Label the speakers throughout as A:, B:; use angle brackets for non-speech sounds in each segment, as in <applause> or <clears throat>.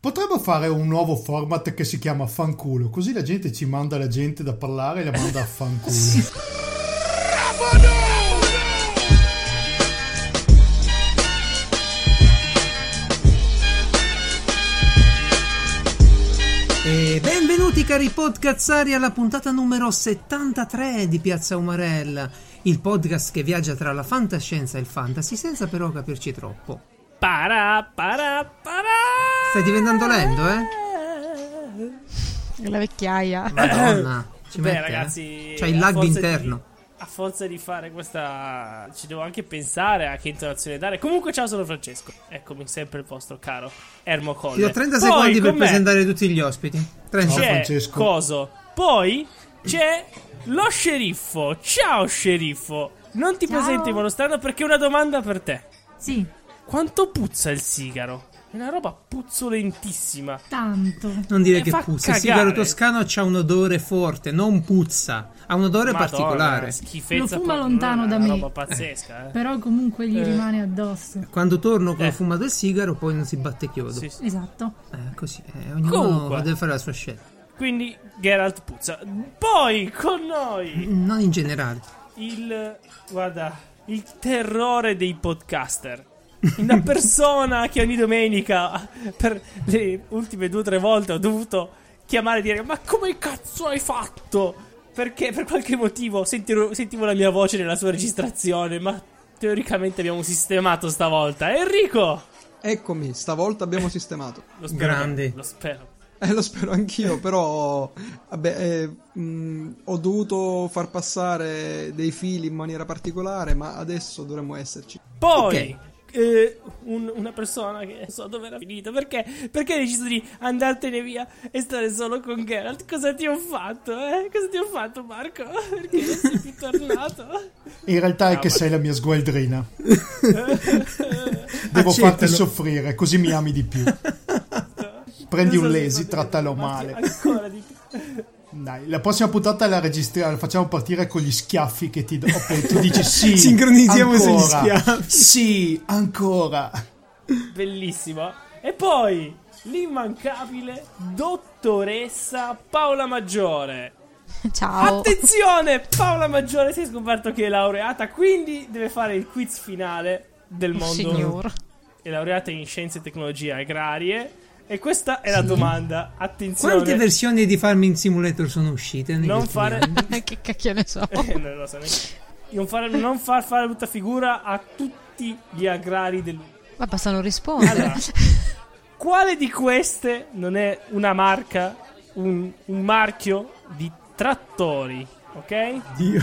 A: Potremmo fare un nuovo format che si chiama Fanculo, così la gente ci manda la gente da parlare e la manda a fanculo.
B: Sì. E benvenuti cari podcazzari alla puntata numero 73 di Piazza Umarella, il podcast che viaggia tra la fantascienza e il fantasy senza però capirci troppo.
C: Para, para, para.
B: Stai diventando lento, eh?
D: La vecchiaia.
C: <coughs>
B: Madonna, ci
C: Beh,
B: mette,
C: ragazzi,
B: eh? C'hai il
C: a
B: lag
C: forza
B: interno.
C: di- a forza di fare questa, ci devo anche pensare a che intonazione dare. Comunque, ciao, sono Francesco. Eccomi sempre il vostro caro Ermo Colle.
B: Ti do 30
C: Poi
B: secondi per
C: con me
B: presentare tutti gli ospiti. 30.
A: Ciao,
C: C'è
A: Francesco.
C: Coso. Poi c'è lo sceriffo. Ciao, sceriffo. Non ti
D: Ciao.
C: presenti in modo strano perché ho una domanda per te.
D: Sì,
C: Quanto puzza il sigaro? È una roba puzzolentissima.
D: tanto.
B: Non dire
C: E
B: che
C: Eh, fa
B: puzza. Il
C: cagare.
B: sigaro toscano c'ha un odore forte, non puzza. Ha un odore
C: Madonna,
B: particolare.
C: Schifezza
D: Lo fuma
C: proprio,
D: lontano
C: una
D: da me.
C: roba pazzesca, eh.
D: Però comunque gli rimane addosso.
B: Quando torno con
C: Eh.
B: ho fumato il sigaro, poi non si batte chiodo.
C: Sì, sì.
D: Esatto.
B: Eh, così, eh, ognuno
C: Comunque.
B: deve fare la sua scelta.
C: Quindi Geralt puzza. Poi con noi
B: Non in generale.
C: il guarda, il terrore dei podcaster.
B: <laughs>
C: Una persona che ogni domenica per le ultime due o tre volte ho dovuto chiamare e dire "Ma come cazzo hai fatto?" Perché per qualche motivo sentivo, sentivo la mia voce nella sua registrazione, ma teoricamente abbiamo sistemato stavolta. Enrico!
E: Eccomi,
C: <laughs>
E: stavolta abbiamo sistemato.
C: Lo spero.
B: Grande.
C: Lo spero.
E: Eh, lo spero anch'io, però vabbè, eh, mh, ho dovuto far passare dei fili in maniera particolare, ma adesso dovremmo esserci.
C: Poi eh, un- una persona che non so dove era finita perché, perché hai deciso di andartene via e stare solo con Geralt? Cosa ti ho fatto? Eh? Cosa ti ho fatto, Marco? <laughs> Perché non sei più tornato?
A: In realtà è che sei la mia
B: <laughs>
A: sgueldrina. Devo farti
B: Accettalo.
A: soffrire, così mi ami di
B: <laughs>
A: più. Prendi
C: Non so
A: un
C: se
A: lesi,
C: potrei
A: trattalo male.
C: amarti Ancora di <laughs> più.
A: Dai, la prossima puntata la registriamo, la facciamo partire con gli schiaffi che ti do. Ok, tu dici sì.
B: Sincronizziamo sugli
A: ancora,
B: schiaffi.
A: Sì, ancora.
C: Bellissimo. E poi l'immancabile dottoressa Paola Maggiore.
D: <laughs> Ciao.
C: Attenzione, Paola Maggiore si è scoperto che è laureata, quindi deve fare il quiz finale del mondo.
D: Signor.
C: È laureata in scienze e tecnologie agrarie. E questa è la domanda. Attenzione.
B: Quante versioni di Farming Simulator sono uscite? negli
C: non
B: ultimi
C: fare.
B: anni?
D: che cacchio ne so.
C: <laughs> Eh, non lo so neanche- non fare- non far fare brutta figura a tutti gli agrari del
D: Ma basta non rispondere.
C: Allora, quale di queste non è una marca, un, un marchio di trattori? Ok? <laughs>
B: Dio.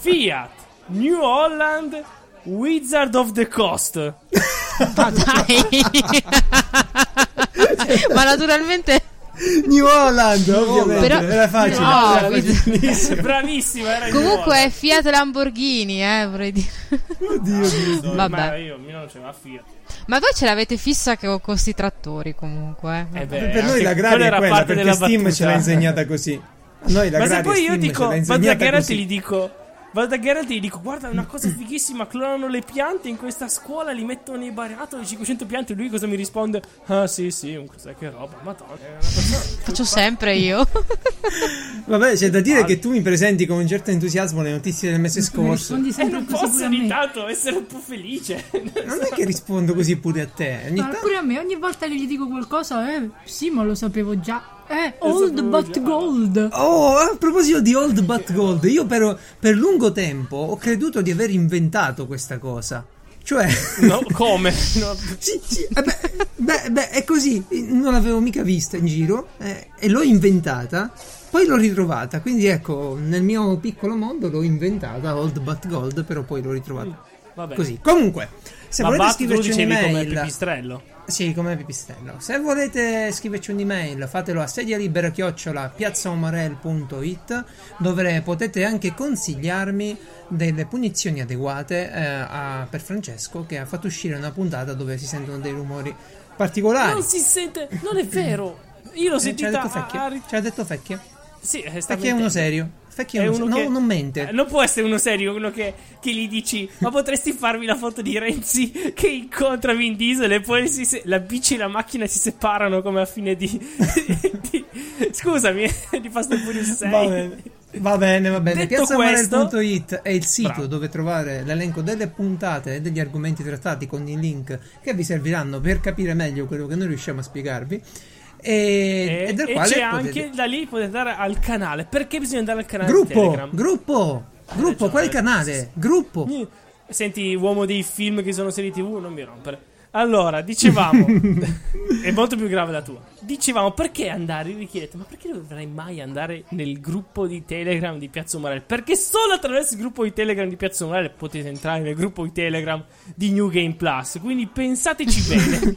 C: Fiat, New Holland, Wizard of the Coast.
D: <laughs> Ma dai. Ma naturalmente...
B: New Holland, ovviamente.
D: Però-
B: Era facile.
D: No,
B: Era
D: mi-
B: facilissimo.
C: Bravissima, era il
D: Comunque
C: New
D: è Fiat Lamborghini, eh, vorrei dire.
B: Oddio,
C: Holland.
D: vabbè.
C: Ma io, mio non c'era Fiat.
D: Ma voi ce l'avete fissa che ho questi trattori comunque. eh.
C: Eh beh,
B: per noi
C: anche
B: la
C: quella
B: grade è
C: era
B: quella
C: parte
B: perché
C: della
B: Steam ce l'ha
C: battuta.
B: insegnata così. A noi la
C: Ma se
B: grade
C: poi io
B: Steam
C: dico,
B: ce l'ha
C: vado da
B: insegnata
C: Geralt e
B: così.
C: gli dico. Vado da Geralt e gli dico: Guarda, una cosa fighissima. Clonano le piante in questa scuola, li mettono nei barattoli 500 piante. E lui cosa mi risponde? Ah, sì, sì, un- cos'è che roba, madonna. è Eh, una persona-
D: Faccio sempre io.
B: Vabbè, c'è da dire che tu mi presenti con un certo entusiasmo le notizie del mese scorso.
F: Rispondi
C: E
F: sempre
C: Eh, non
F: così
C: posso
F: pure a me.
C: ogni tanto essere un po' felice.
B: Non è che rispondo così pure a te. Ogni
F: Ma
B: tanto
F: pure a me, ogni volta che gli dico qualcosa, eh, sì, ma lo sapevo già. Eh, old
C: sapevo
F: but
C: già.
F: gold.
B: Oh, a proposito di Old But Gold, io per, per lungo tempo ho creduto di aver inventato questa cosa. Cioè,
C: <laughs> No, come? <laughs> No.
B: sì, sì, eh beh, beh, beh, è così, non l'avevo mica vista in giro eh, e l'ho inventata, poi l'ho ritrovata, quindi ecco, nel mio piccolo mondo l'ho inventata, Old But Gold, però poi l'ho ritrovata.
C: Mm, Vabbè.
B: Così, comunque, se
C: Ma
B: volete
C: Bat, tu
B: scriverci
C: dicevi come
B: un'email...
C: pipistrello.
B: Sì, come pipistrello. Se volete scriverci un'email, fatelo a sedialibera chiocciola piazzaomarel.it dove potete anche consigliarmi delle punizioni adeguate eh, a- per Francesco che ha fatto uscire una puntata dove si sentono dei rumori particolari.
C: Non si sente, non è vero. Io l'ho
B: Eh, ci ha
C: sentita
B: detto
C: a,
B: Fecchia.
C: a-
B: Ci ha detto Fecchia.
C: Sì, eh, sta
B: Perché è uno
C: mentendo.
B: serio. Perché
C: È
B: è uno
C: uno
B: se-
C: che-
B: no, non mente.
C: Eh, Non può essere uno serio quello che, che gli dici, ma potresti farmi la foto di Renzi <laughs> che incontra Vin Diesel e poi si se- la bici e la macchina si separano come a fine di... <laughs> di- scusami, <laughs> di Fast and Furious 6.
B: Va bene, va bene, va bene.
C: Detto questo-
B: PiazzaMarel.it è il sito
C: Bravo.
B: dove trovare l'elenco delle puntate e degli argomenti trattati con i link che vi serviranno per capire meglio quello che noi riusciamo a spiegarvi. E,
C: E,
B: e del
C: e
B: quale
C: c'è
B: potete-
C: anche da lì potete andare al canale. Perché bisogna andare al canale di
B: gruppo,
C: Telegram? Eh,
B: gruppo, gruppo,
C: ragione.
B: quel canale, gruppo.
C: Eh, Senti, uomo dei film che sono serie TV, non mi rompere.
B: <laughs>
C: Allora, dicevamo, è molto più grave la tua. Dicevamo perché andare, vi chiedete, ma perché dovrei mai andare nel gruppo di Telegram di Piazza Umarell? Perché solo attraverso il gruppo di Telegram di Piazza Umarell potete entrare nel gruppo di Telegram di New Game Plus. Quindi
B: <laughs>
C: pensateci bene.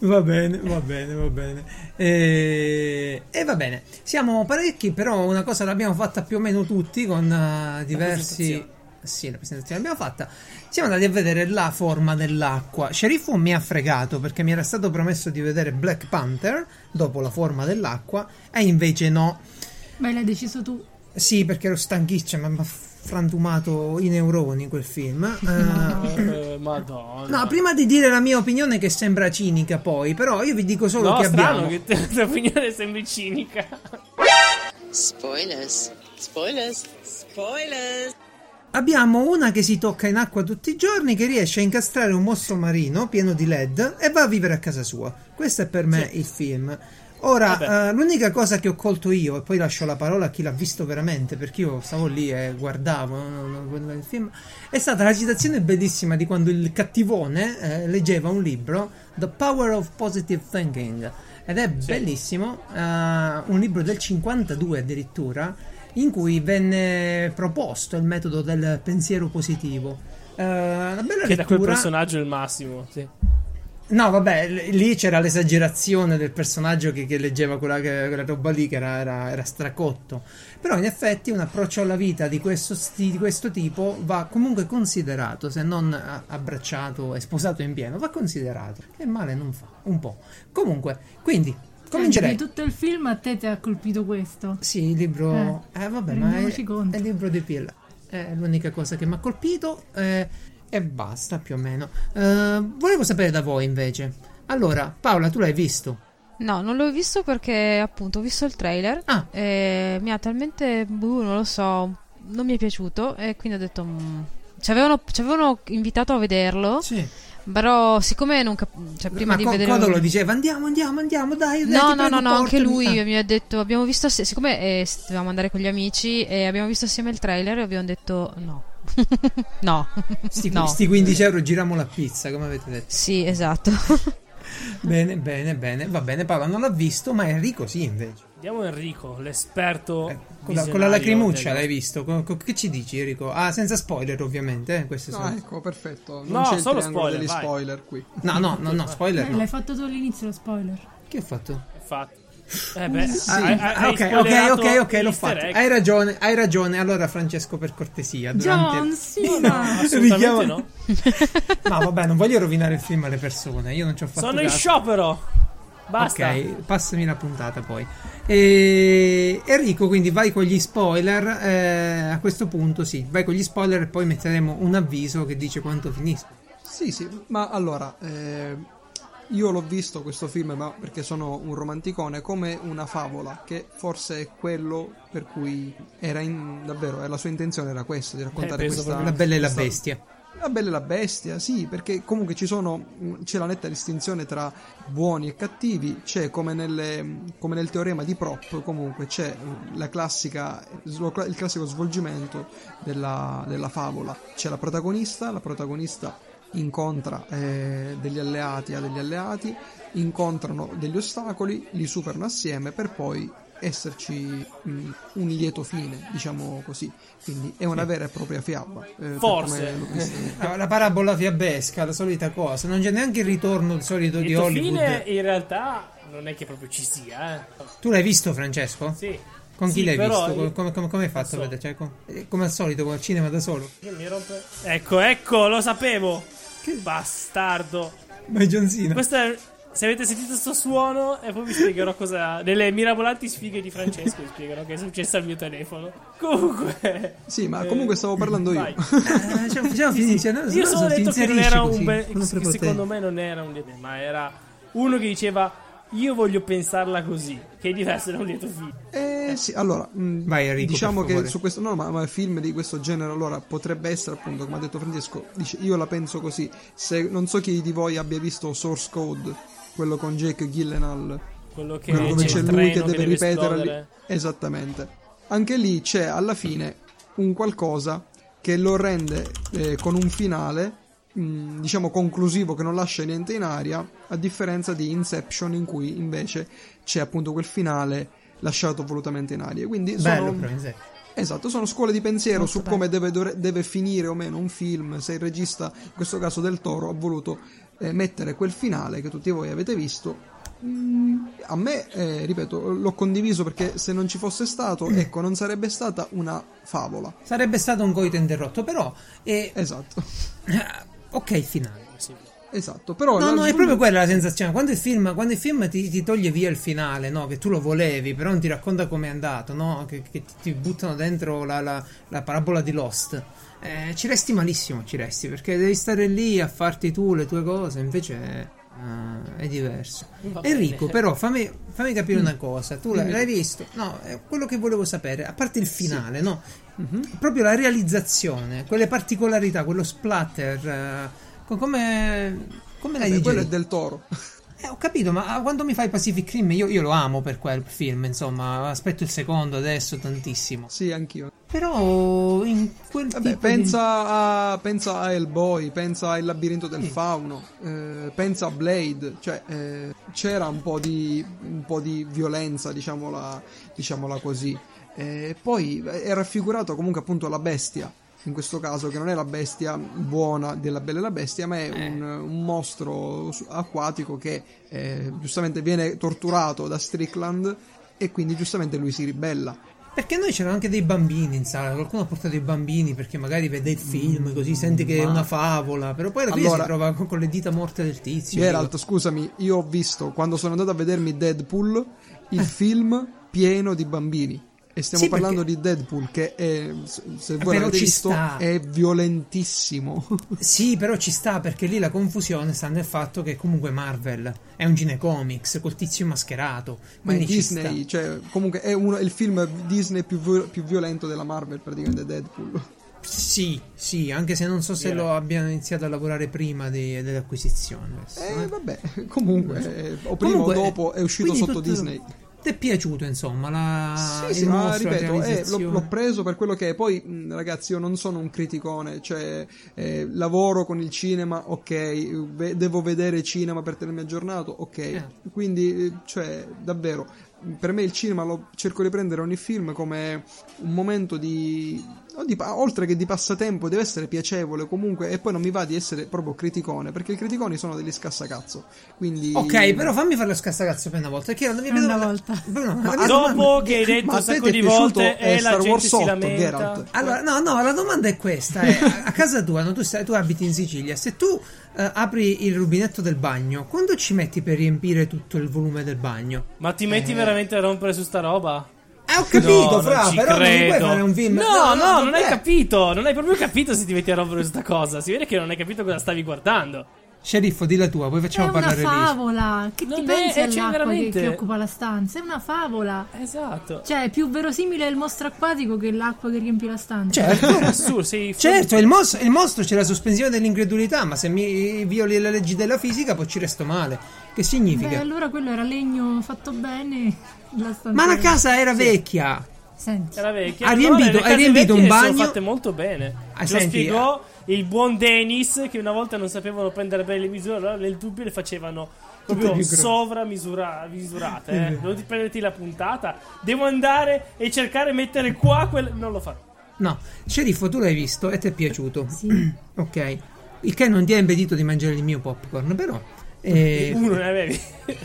B: Va bene, va bene, va bene. E, e va bene, siamo parecchi, però una cosa l'abbiamo fatta più o meno tutti con eh, diversi...
C: presentazione.
B: Sì, la presentazione l'abbiamo fatta. Siamo andati a vedere la forma dell'acqua. Sceriffo mi ha fregato perché mi era stato promesso di vedere Black Panther dopo la forma dell'acqua e invece no.
F: Beh, l'hai deciso tu.
B: Sì, perché ero stanchiccia, ma mi ha frantumato i neuroni quel film. Eh,
C: <laughs> Eh, Madonna.
B: No, prima di dire la mia opinione che sembra cinica poi, però io vi dico solo
C: No,
B: che
C: strano
B: abbiamo...
C: che <laughs> la tua opinione sembri cinica.
G: Spoilers. Spoilers. Spoilers.
B: Abbiamo una che si tocca in acqua tutti i giorni che riesce a incastrare un mostro marino pieno di led e va a vivere a casa sua. Questo è per me il film. Ora,
C: Vabbè.
B: eh, l'unica cosa che ho colto io, e poi lascio la parola a chi l'ha visto veramente, perché io stavo lì e guardavo no, no, no, il film, è stata la citazione bellissima di quando il cattivone eh, leggeva un libro, The Power of Positive Thinking. Ed è bellissimo, eh, un libro del 52 addirittura, in cui venne proposto il metodo del pensiero positivo. Eh, una bella
C: Che da quel
B: lettura.
C: personaggio è il massimo. Sì.
B: No, vabbè, l- lì c'era l'esagerazione del personaggio che, che leggeva quella, che- quella roba lì che era, era- era stracotto. Però in effetti un approccio alla vita di questo, sti- di questo tipo va comunque considerato, se non a- abbracciato e sposato in pieno, va considerato. Che male non fa, un po'. Comunque, quindi,
F: Cioè,
B: comincerei.
F: Di tutto il film a te ti ha colpito questo.
B: Sì, il libro. Eh,
F: Eh,
B: vabbè, ma è,
F: rendiamoci conto.
B: è il libro di Pirla. È l'unica cosa che mi ha colpito. eh, e basta, più o meno. Eh, volevo sapere da voi invece. Allora, Paola, tu l'hai visto?
D: No, non l'ho visto perché appunto ho visto il trailer
B: Ah.
D: e mi ha talmente, boh, non lo so, non mi è piaciuto e quindi ho detto... "Mm". Ci avevano, ci avevano invitato a vederlo,
B: Sì.
D: però siccome non capivo... Cioè,
B: Prima
D: prima di
B: Ma Co-
D: vedere...
B: Codolo diceva andiamo, andiamo, andiamo, dai. dai,
D: No,
B: ti prego,
D: no, no, no, anche
B: portami."
D: lui
B: Ah,
D: mi ha detto, abbiamo visto, ass- siccome eh, s- dovevamo andare con gli amici, e abbiamo visto assieme il trailer e abbiamo detto no. <laughs> no.
B: sti,
D: no.
B: sti 15 euro giriamo la pizza, come avete detto.
D: Sì, esatto. <laughs>
B: Bene, bene, bene, va bene. Paola non l'ha visto, ma Enrico sì invece.
C: Vediamo Enrico, l'esperto.
B: Eh, Con la, con la
C: visionario eh.
B: lacrimuccia
C: del-
B: l'hai visto? Co- co- che ci dici Enrico? Ah, senza spoiler ovviamente, eh, queste
E: No,
B: sono-
E: ecco, perfetto.
C: No,
E: Non c'è il
C: solo
E: triangolo
C: spoiler,
E: degli
C: vai.
E: spoiler qui.
B: No, no, no, no, spoiler
F: Eh,
C: certo.
B: no.
F: L'hai fatto tu all'inizio lo spoiler.
B: Che ho fatto?
C: Infatti. Eh beh,
B: Sì.
C: hai- hai-
B: Ah,
C: hai
B: ok, ok,
C: spoilerato
B: ok, ok, l'ho
C: l'easter
B: fatto. Eh,
C: egg. Eh,
B: Hai ragione, hai ragione. Allora, Francesco, per cortesia, durante...
F: John, sì,
C: No,
F: ma...
C: assolutamente
B: Richiamo-
C: no.
B: No, vabbè, non voglio rovinare il film alle persone. Io non ci ho fatto
C: Sono in
B: caso.
C: sciopero. Basta.
B: Ok, passami la puntata poi. E... Enrico, quindi vai con gli spoiler. eh, a questo punto, sì, vai con gli spoiler e poi metteremo un avviso che dice quanto finisco.
E: Sì, sì, ma allora, eh, io l'ho visto questo film, ma perché sono un romanticone, come una favola, che forse è quello per cui era in, davvero, eh, la sua intenzione era questa, di raccontare
C: Eh, penso
E: questa...
B: La bella e la
E: questa-
B: bestia.
E: La bella e la bestia, sì, perché comunque ci sono, mh, c'è la netta distinzione tra buoni e cattivi, c'è come, nelle, mh, come nel teorema di Prop, comunque c'è mh, la classica, lo cla- il classico svolgimento della, della favola. C'è la protagonista, la protagonista incontra eh, degli alleati a degli alleati, incontrano degli ostacoli, li superano assieme per poi esserci mh, un lieto fine, diciamo così. Quindi è una vera e propria fiaba. eh, per
C: Forse.
E: come l'ho vista io.
B: Ah, La parabola fiabesca, la solita cosa. Non c'è neanche il ritorno solito
C: Il
B: di
C: tuo
B: Hollywood.
C: fine in realtà non è che proprio ci sia, eh.
B: Tu l'hai visto, Francesco?
C: Sì.
B: Con chi
C: Sì,
B: l'hai
C: però
B: visto?
C: io-
B: Come, come- come hai fatto
C: so.
B: a vedere? Cioè, com- eh, come al solito, al cinema da solo.
C: Che mi rompe. Ecco, ecco, lo sapevo. Che bastardo.
B: Ma è John Cena.
C: Questo è Se avete sentito sto suono, e poi vi spiegherò cosa. Nelle mirabolanti sfighe di Francesco vi spiegherò che è successo al mio telefono. Comunque.
E: Sì, ma
C: eh,
E: comunque stavo parlando io.
C: vai.
B: Eh, <laughs> cioè, diciamo, finisce, no?
C: Io
B: No,
C: solo ho
B: ti
C: detto che non
B: inserisci
C: era
B: così,
C: un bel.
B: non
C: Che
B: prepotente.
C: secondo me non era un lieto ma era uno che diceva. Io voglio pensarla così, che è diverso da un lieto fine.
E: Eh sì, allora, mh,
B: Vai, Enrico,
E: diciamo
B: per
E: che
B: favore.
E: su questo no, ma, ma film di questo genere allora potrebbe essere appunto, come ha detto Francesco, dice io la penso così. Se non so chi di voi abbia visto Source Code, quello con Jake Gyllenhaal,
C: Quello che
E: quello dove
C: c'è
E: c'è
C: il
E: lui
C: treno
E: che
C: che
E: deve
C: deve
E: ripetere lì.
C: esplodere.
E: Esattamente. Anche lì c'è alla fine un qualcosa che lo rende eh, con un finale mh, diciamo conclusivo che non lascia niente in aria, a differenza di Inception in cui invece c'è appunto quel finale lasciato volutamente in aria. Quindi sono,
B: Bello, però, in sé.
E: Esatto, sono scuole di pensiero
F: Molto
E: su
F: bello.
E: come deve, dovre- deve finire o meno un film, se il regista, in questo caso del Toro, ha voluto eh, mettere quel finale che tutti voi avete visto. Mm, a me, eh, ripeto, l'ho condiviso perché se non ci fosse stato,
B: Mm.
E: ecco, non sarebbe stata una favola.
B: Sarebbe stato un coito interrotto, però. eh,
E: Esatto, <laughs>
B: ah, <laughs> ok, finale.
E: esatto, però...
B: No,
E: la-
B: no, è proprio quella la sensazione. Quando il film, quando il film ti, ti toglie via il finale, no? Che tu lo volevi, però non ti racconta com'è andato, no? Che, che ti, ti buttano dentro la, la- la parabola di Lost. Eh, ci resti malissimo, ci resti, perché devi stare lì a farti tu le tue cose, invece eh, è diverso.
C: Va bene.
B: Enrico, però, fammi, fammi capire
E: Mm.
B: una cosa. Tu l'hai, l'hai visto? No, è quello che volevo sapere, a parte il finale, no?
E: Mhm.
B: Proprio la realizzazione, quelle particolarità, quello splatter, eh, co- come... Come l'hai
E: Vabbè, quello è
B: digerito?
E: del Toro. <laughs>
B: Eh, ho capito, ma ah, quando mi fai Pacific Rim io, io lo amo per quel film, insomma, aspetto il secondo adesso tantissimo.
E: sì, anch'io.
B: Però in quel
E: Vabbè,
B: tipo
E: pensa, a, pensa a Hellboy, pensa al labirinto del fauno, eh, pensa a Blade, cioè eh, c'era un po' di, un po' di violenza, diciamola, diciamola così. Eh, poi è raffigurato comunque appunto la bestia, in questo caso che non è la bestia buona della Bella e la Bestia, ma è
B: Eh.
E: un, un mostro su- acquatico che eh, giustamente viene torturato da Strickland e quindi giustamente lui si ribella.
B: di... Perché noi c'erano anche dei bambini in sala, qualcuno ha portato i bambini perché magari vede il film così sente che è
E: Mm, ma-
B: una favola, però poi alla fine
E: Allora-
B: si trova con, con le dita morte del tizio.
E: Geralt, scusami, io ho visto quando sono andato a vedermi Deadpool
B: <laughs>
E: il film pieno di bambini. E stiamo
B: Sì, perché-
E: parlando di Deadpool che è, se se voi
B: Però
E: l'avete
B: ci
E: visto,
B: sta. <laughs>
E: è violentissimo.
B: Sì, però ci sta perché lì la confusione sta nel fatto che comunque Marvel è un cinecomics col tizio mascherato.
E: Ma è
B: quindi ci
E: Disney, cioè, comunque è uno- è il film Disney più, vi- più violento della Marvel, praticamente Deadpool.
B: sta. Sì, sì, anche se non so se
E: eh.
B: lo abbiano iniziato a lavorare prima di- dell'acquisizione.
E: E Eh, vabbè, <laughs> comunque, eh, o prima
B: Comunque,
E: o dopo è uscito
B: quindi
E: sotto
B: tutto-
E: Disney.
B: Ti è piaciuto, insomma, la
E: Sì,
B: il
E: sì, ma
B: mostro, la
E: ripeto, eh, l'ho,
B: realizzazione?
E: l'ho preso per quello che è. Poi, mh, ragazzi, io non sono un criticone, cioè eh, lavoro con il cinema, ok, ve- devo vedere cinema per tenermi aggiornato, ok.
B: Certo.
E: Quindi, eh, cioè, davvero, mh, per me il cinema lo cerco di prendere ogni film come un momento di... non di pa- oltre che di passatempo, deve essere piacevole comunque, e poi non mi va di essere proprio criticone, perché i criticoni sono degli scassacazzo. Quindi...
B: Ok, però fammi farlo scassacazzo per una volta. Perché non mi
D: Per
B: vedo
D: una volta.
B: <laughs> Bruno, la mia domanda-
C: Dopo che hai detto
E: Ma a
C: un
E: te
C: sacco
E: ti è
C: di
E: piaciuto,
C: volte
E: eh,
C: e la
E: Star
C: gente
E: Wars
C: si
E: 8,
C: lamenta.
E: Geralt?
B: Allora, no, no, la domanda è questa. eh. A a casa tua, no, tu, stai- tu abiti in Sicilia, se tu eh, apri il rubinetto del bagno, quando ci metti per riempire tutto il volume del bagno?
C: Ma ti metti veramente a rompere su sta roba?
B: Eh, ho capito,
C: No,
B: fra,
C: non ci
B: però non mi puoi
C: credo.
B: fare un film.
C: No, no, non hai
B: vabbè.
C: capito. Non hai proprio capito se ti metti a rompere su sta cosa. Si vede che non hai capito cosa stavi guardando.
B: Sceriffo, di la tua, poi
F: È
B: facciamo
F: una
B: parlare lì.
F: favola. Che
C: Non
F: ti
C: è-
F: pensi
C: eh,
F: all'acqua
C: cioè,
F: che-
C: veramente.
F: che occupa la stanza? È una favola.
C: Esatto.
F: Cioè, è più verosimile il mostro acquatico che l'acqua che riempie la stanza.
B: Certo.
C: È assurdo, sei fu-
B: Certo, il, mos- il mostro c'è la sospensione dell'incredulità, ma se mi violi le leggi della fisica poi ci resto male. Che significa?
F: Beh, allora quello era legno fatto bene. La stanza
B: Ma la casa Eh. era vecchia.
F: Senti.
C: Era vecchia.
B: Ha
C: No,
B: Ah, riempito-
C: le
B: ha
C: case
B: riempito
C: vecchie
B: un
C: le sono
B: bagno.
C: fatte molto bene.
B: Ah,
C: Lo
B: senti, eh.
C: spiegò il buon Dennis che una volta non sapevano prendere bene le misure, allora nel dubbio le facevano proprio
B: più grandi.
C: sovramisurate. misurate. Eh. Devo prenderti la puntata. Devo andare e cercare di mettere qua quel... Non lo farò.
B: No, sceriffo, tu l'hai visto e ti è piaciuto.
F: Sì.
B: <clears throat> Ok. Il che non ti ha impedito di mangiare il mio popcorn, però. eh,
C: Uno ne avevi. <laughs>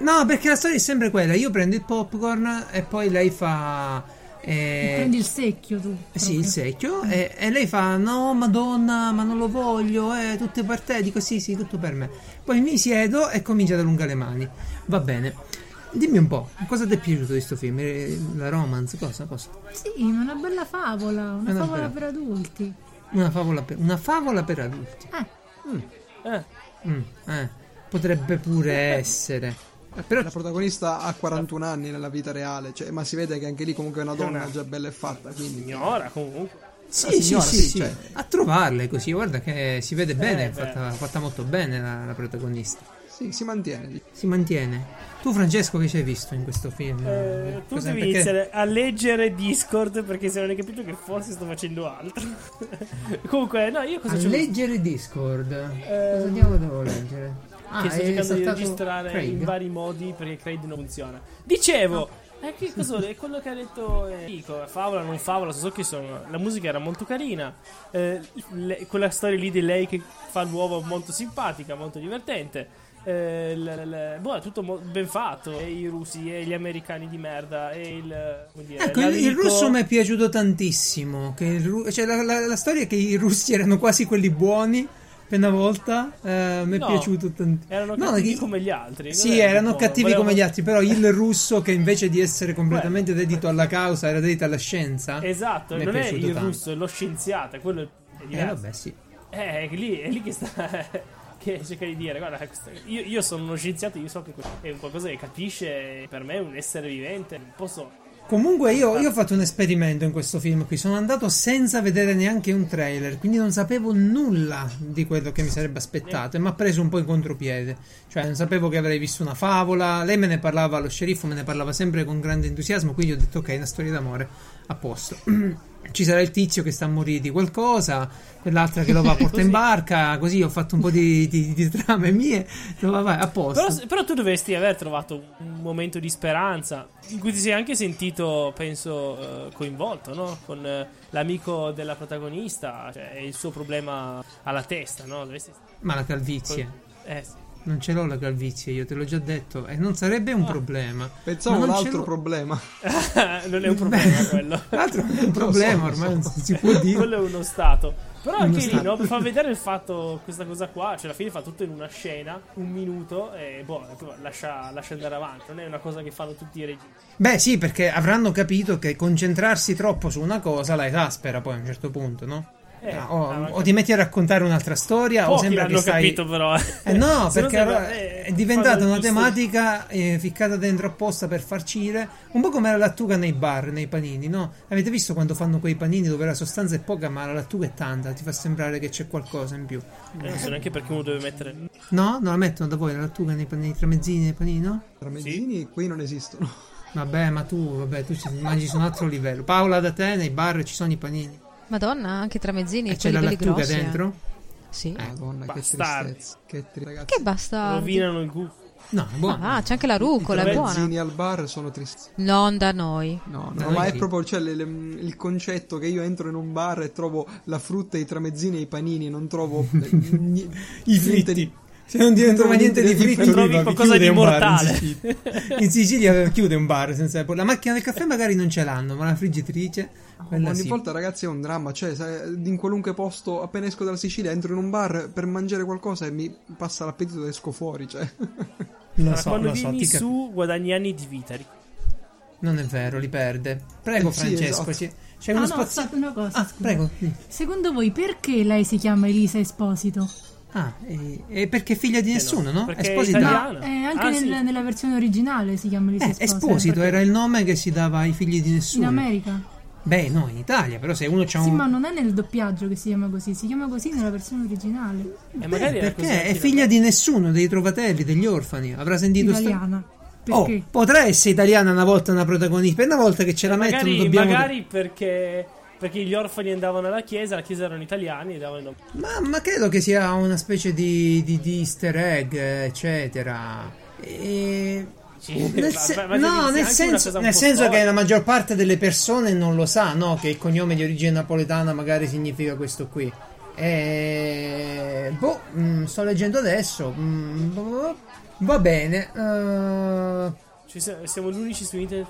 B: no, perché la storia è sempre quella. Io prendo il popcorn e poi lei fa. eh, E-
F: Prendi il secchio tu.
B: eh Sì, il secchio.
C: Mm.
B: E, e lei fa: No, madonna, ma non lo voglio, eh, tutto per te. Dico: Sì, sì, tutto per me. Poi mi siedo e comincio ad allungare le mani. Va bene. Dimmi un po', cosa ti è piaciuto di sto film? Eh, La romance, cosa? cosa?
F: Sì, ma una bella favola, una
B: Una
F: favola
B: bella-
F: per adulti.
B: Una, favola per, una favola per adulti.
F: Eh,
C: Eh,
B: Mm, eh, potrebbe
C: <laughs>
B: pure essere. Eh, Però
E: La protagonista ha 41 anni nella vita reale, cioè, ma si vede che anche lì comunque è una donna già bella e fatta. Quindi
C: signora, comunque.
B: sì, sì,
E: signora,
B: sì,
E: sì,
B: sì.
E: cioè.
B: a trovarle così, guarda che si vede bene, è
C: Eh, beh.
B: fatta, fatta molto bene la- la protagonista.
E: sì, si mantiene.
B: Si mantiene. Tu, Francesco, che ci hai visto in questo film?
C: Eh, tu
B: Cosa-
C: devi
B: perché-
C: iniziare a leggere Discord perché se non hai capito che forse sto facendo altro. <laughs> comunque, no, io cosa
B: a
C: c'ho visto?
B: leggere Discord.
C: Eh,
B: Cosa diavolo devo leggere? Ah,
C: che sto
B: è
C: cercando di
B: saltato
C: registrare
B: Craig.
C: in vari modi perché Craig non funziona. Dicevo, eh, che cosa è quello che ha detto eh, Nico, favola, non favola, so che sono. La musica era molto carina. eh, le- quella storia lì di lei che fa l'uovo molto simpatica, molto divertente. Eh, l- l- boh, è tutto mo- ben fatto. E i russi e gli americani di merda. E il. come dire,
B: Ecco, il, il
C: l'amico-
B: russo mi è piaciuto tantissimo. Che il ru- cioè, la, la- la storia è che i russi <laughs> erano quasi quelli buoni per una volta. eh, mi è
C: No,
B: piaciuto tantissimo.
C: Erano cattivi
B: che-
C: come gli altri.
B: Sì,
C: Cos'è?
B: erano
C: Tipo,
B: cattivi
C: volevano-
B: come gli altri, però il russo che invece di essere completamente dedito alla causa era dedito alla scienza.
C: Esatto,
B: Mi è
C: non è
B: piaciuto
C: il
B: tanto.
C: russo, è lo scienziato. è Quello è
B: Eh,
C: diverso.
B: vabbè, sì.
C: Eh, è lì, è lì che sta. <laughs> Che cerca di dire, guarda, questo- io, io sono uno scienziato, io so che que- è un qualcosa che capisce, per me è un essere vivente, non posso...
B: Comunque io, io ho fatto un esperimento in questo film qui, sono andato senza vedere neanche un trailer, quindi non sapevo nulla di quello che mi sarebbe aspettato e mi ha preso un po' in contropiede, cioè non sapevo che avrei visto una favola, lei me ne parlava, lo sceriffo me ne parlava sempre con grande entusiasmo, quindi ho detto ok, è una storia d'amore, a posto. <clears throat> Ci sarà il tizio che sta a morire di qualcosa, quell'altra che lo va a porta in barca, così ho fatto un po' di, di- di trame mie, no, va- vai, a posto.
C: Però, però tu dovresti aver trovato un momento di speranza, in cui ti sei anche sentito, penso, eh, coinvolto, no? Con eh, l'amico della protagonista, cioè e il suo problema alla testa, no? Dovresti...
B: Ma la calvizie.
C: Eh, sì. <laughs>
B: Non ce l'ho la calvizie, io te l'ho già detto, e non sarebbe un problema.
E: Ah. Pensavo
B: Ma
E: a un
B: non ce
E: altro
B: l'ho.
E: problema.
C: non è un <laughs> problema quello.
E: <laughs>
B: L'altro è un problema,
E: lo so,
B: ormai
E: lo
B: non si, si può dire.
C: quello è uno stato. Però
B: Uno
C: anche lì
B: stato.
C: no, fa vedere il fatto, questa cosa qua, cioè alla fine fa tutto in una scena, un minuto e boh, lascia, lascia andare avanti, non è una cosa che fanno tutti i registi.
B: Beh, sì, perché avranno capito che concentrarsi troppo su una cosa la esaspera poi a un certo punto, no?
C: Eh,
B: Ah, o,
C: ah, ma-
B: o ti metti a raccontare un'altra storia, o
C: Pochi
B: sembra che
C: l'hanno
B: stai.
C: capito però.
B: Eh no,
C: Se no
B: perché
C: sembra-
B: allora
C: eh,
B: è diventata
C: fanno
B: una
C: giusto-
B: tematica eh, ficcata dentro apposta per farcire, un po' come la lattuga nei bar, nei panini, no? Avete visto quando fanno quei panini dove la sostanza è poca ma la lattuga è tanta, ti fa sembrare che c'è qualcosa in più.
C: Eh, non so neanche perché uno deve mettere...
B: No? Non la mettono da voi la lattuga nei, panini, nei tramezzini, nei panini, no?
E: Tramezzini qui non esistono.
B: Vabbè, ma tu, vabbè, tu ci mangi su un altro livello. Paola, da te nei bar ci sono i panini.
D: Madonna, anche tramezzini,
B: E c'è
D: quelli
B: la
D: belli
B: lattuga
D: grossi. eh.
B: dentro? Eh.
D: Sì.
E: Madonna,
C: Bastardi.
E: che tristezza. Che tristezza, ragazzi.
D: Che basta.
C: Rovinano il gusto.
B: No, è buono.
D: Ah, c'è anche la rucola, è buona.
E: Tramezzini al bar sono tristi.
D: Non da noi.
E: No,
B: Da
E: no,
B: noi
E: ma è
B: sì.
E: proprio cioè, le- le- il concetto che io entro in un bar e trovo la frutta, i tramezzini e i panini, non trovo eh, ni-
B: I
E: niente
B: fritti.
E: di-
B: Se non ti trova niente di fritto,
C: Non trovi
B: lì va-
C: qualcosa
B: chiude
C: di
B: un bar
C: mortale.
B: in Sicilia. In Sicilia chiude un bar senza la macchina del caffè magari non ce l'hanno, ma la friggitrice quella
E: Ogni
B: sì.
E: volta, ragazzi, è un dramma. Cioè, se- in qualunque posto, appena esco dalla Sicilia, entro in un bar per mangiare qualcosa e mi passa l'appetito ed esco fuori. Cioè.
B: Lo
C: Ma
B: so,
C: quando
B: lo so,
C: vieni
B: ti cap-
C: su guadagni anni di vita.
B: Non è vero, li perde. Prego
E: Eh, sì,
B: Francesco,
E: esatto.
B: c'è, c'è
F: Ah,
B: uno
F: no,
B: spazio.
F: aspetta, una cosa.
B: ah,
F: scusa.
B: prego. sì.
F: Secondo voi perché lei si chiama Elisa Esposito?
B: Ah, e, e perché è figlia di nessuno, no?
C: Perché è
B: Esposito.
C: italiana.
F: No,
C: no.
F: eh, anche
C: Ah,
F: nel-
C: sì.
F: nella versione originale si chiama Elisa
B: Eh,
F: Esposito.
B: Esposito era il nome che si dava ai figli di
F: In
B: nessuno.
F: America.
B: Beh, no, in Italia, però se uno c'ha
F: Sì,
B: un
F: ma non è nel doppiaggio che si chiama così, si chiama così nella versione originale
C: E
B: Beh,
C: magari era così
B: Eh, perché è
C: anche
B: figlia
C: da-
B: di nessuno, dei trovatelli, degli orfani. Avrà sentito sta-
F: italiana.
B: Oh,
F: Perché?
B: potrà essere italiana una volta una protagonista, per una volta che ce la mettono
C: Magari,
B: dobbiamo
C: magari perché... Perché gli orfani andavano alla chiesa, la chiesa erano italiani e davano il nome.
B: Ma, ma credo che sia una specie di, di- di easter egg, eh, eccetera. E-
C: Sì,
B: Nel
C: Eh, ma-
B: se-
C: ma-
B: no,
C: ma inizia
B: nel
C: anche una
B: senso,
C: cosa un
B: nel
C: po'
B: senso che
C: storica.
B: la maggior parte delle persone non lo sa, no? Che il cognome di origine napoletana magari significa questo qui. E... Boh, mm, sto leggendo adesso. mm, boh, boh, boh. va bene. eh,
C: Ci se- siamo gli unici su internet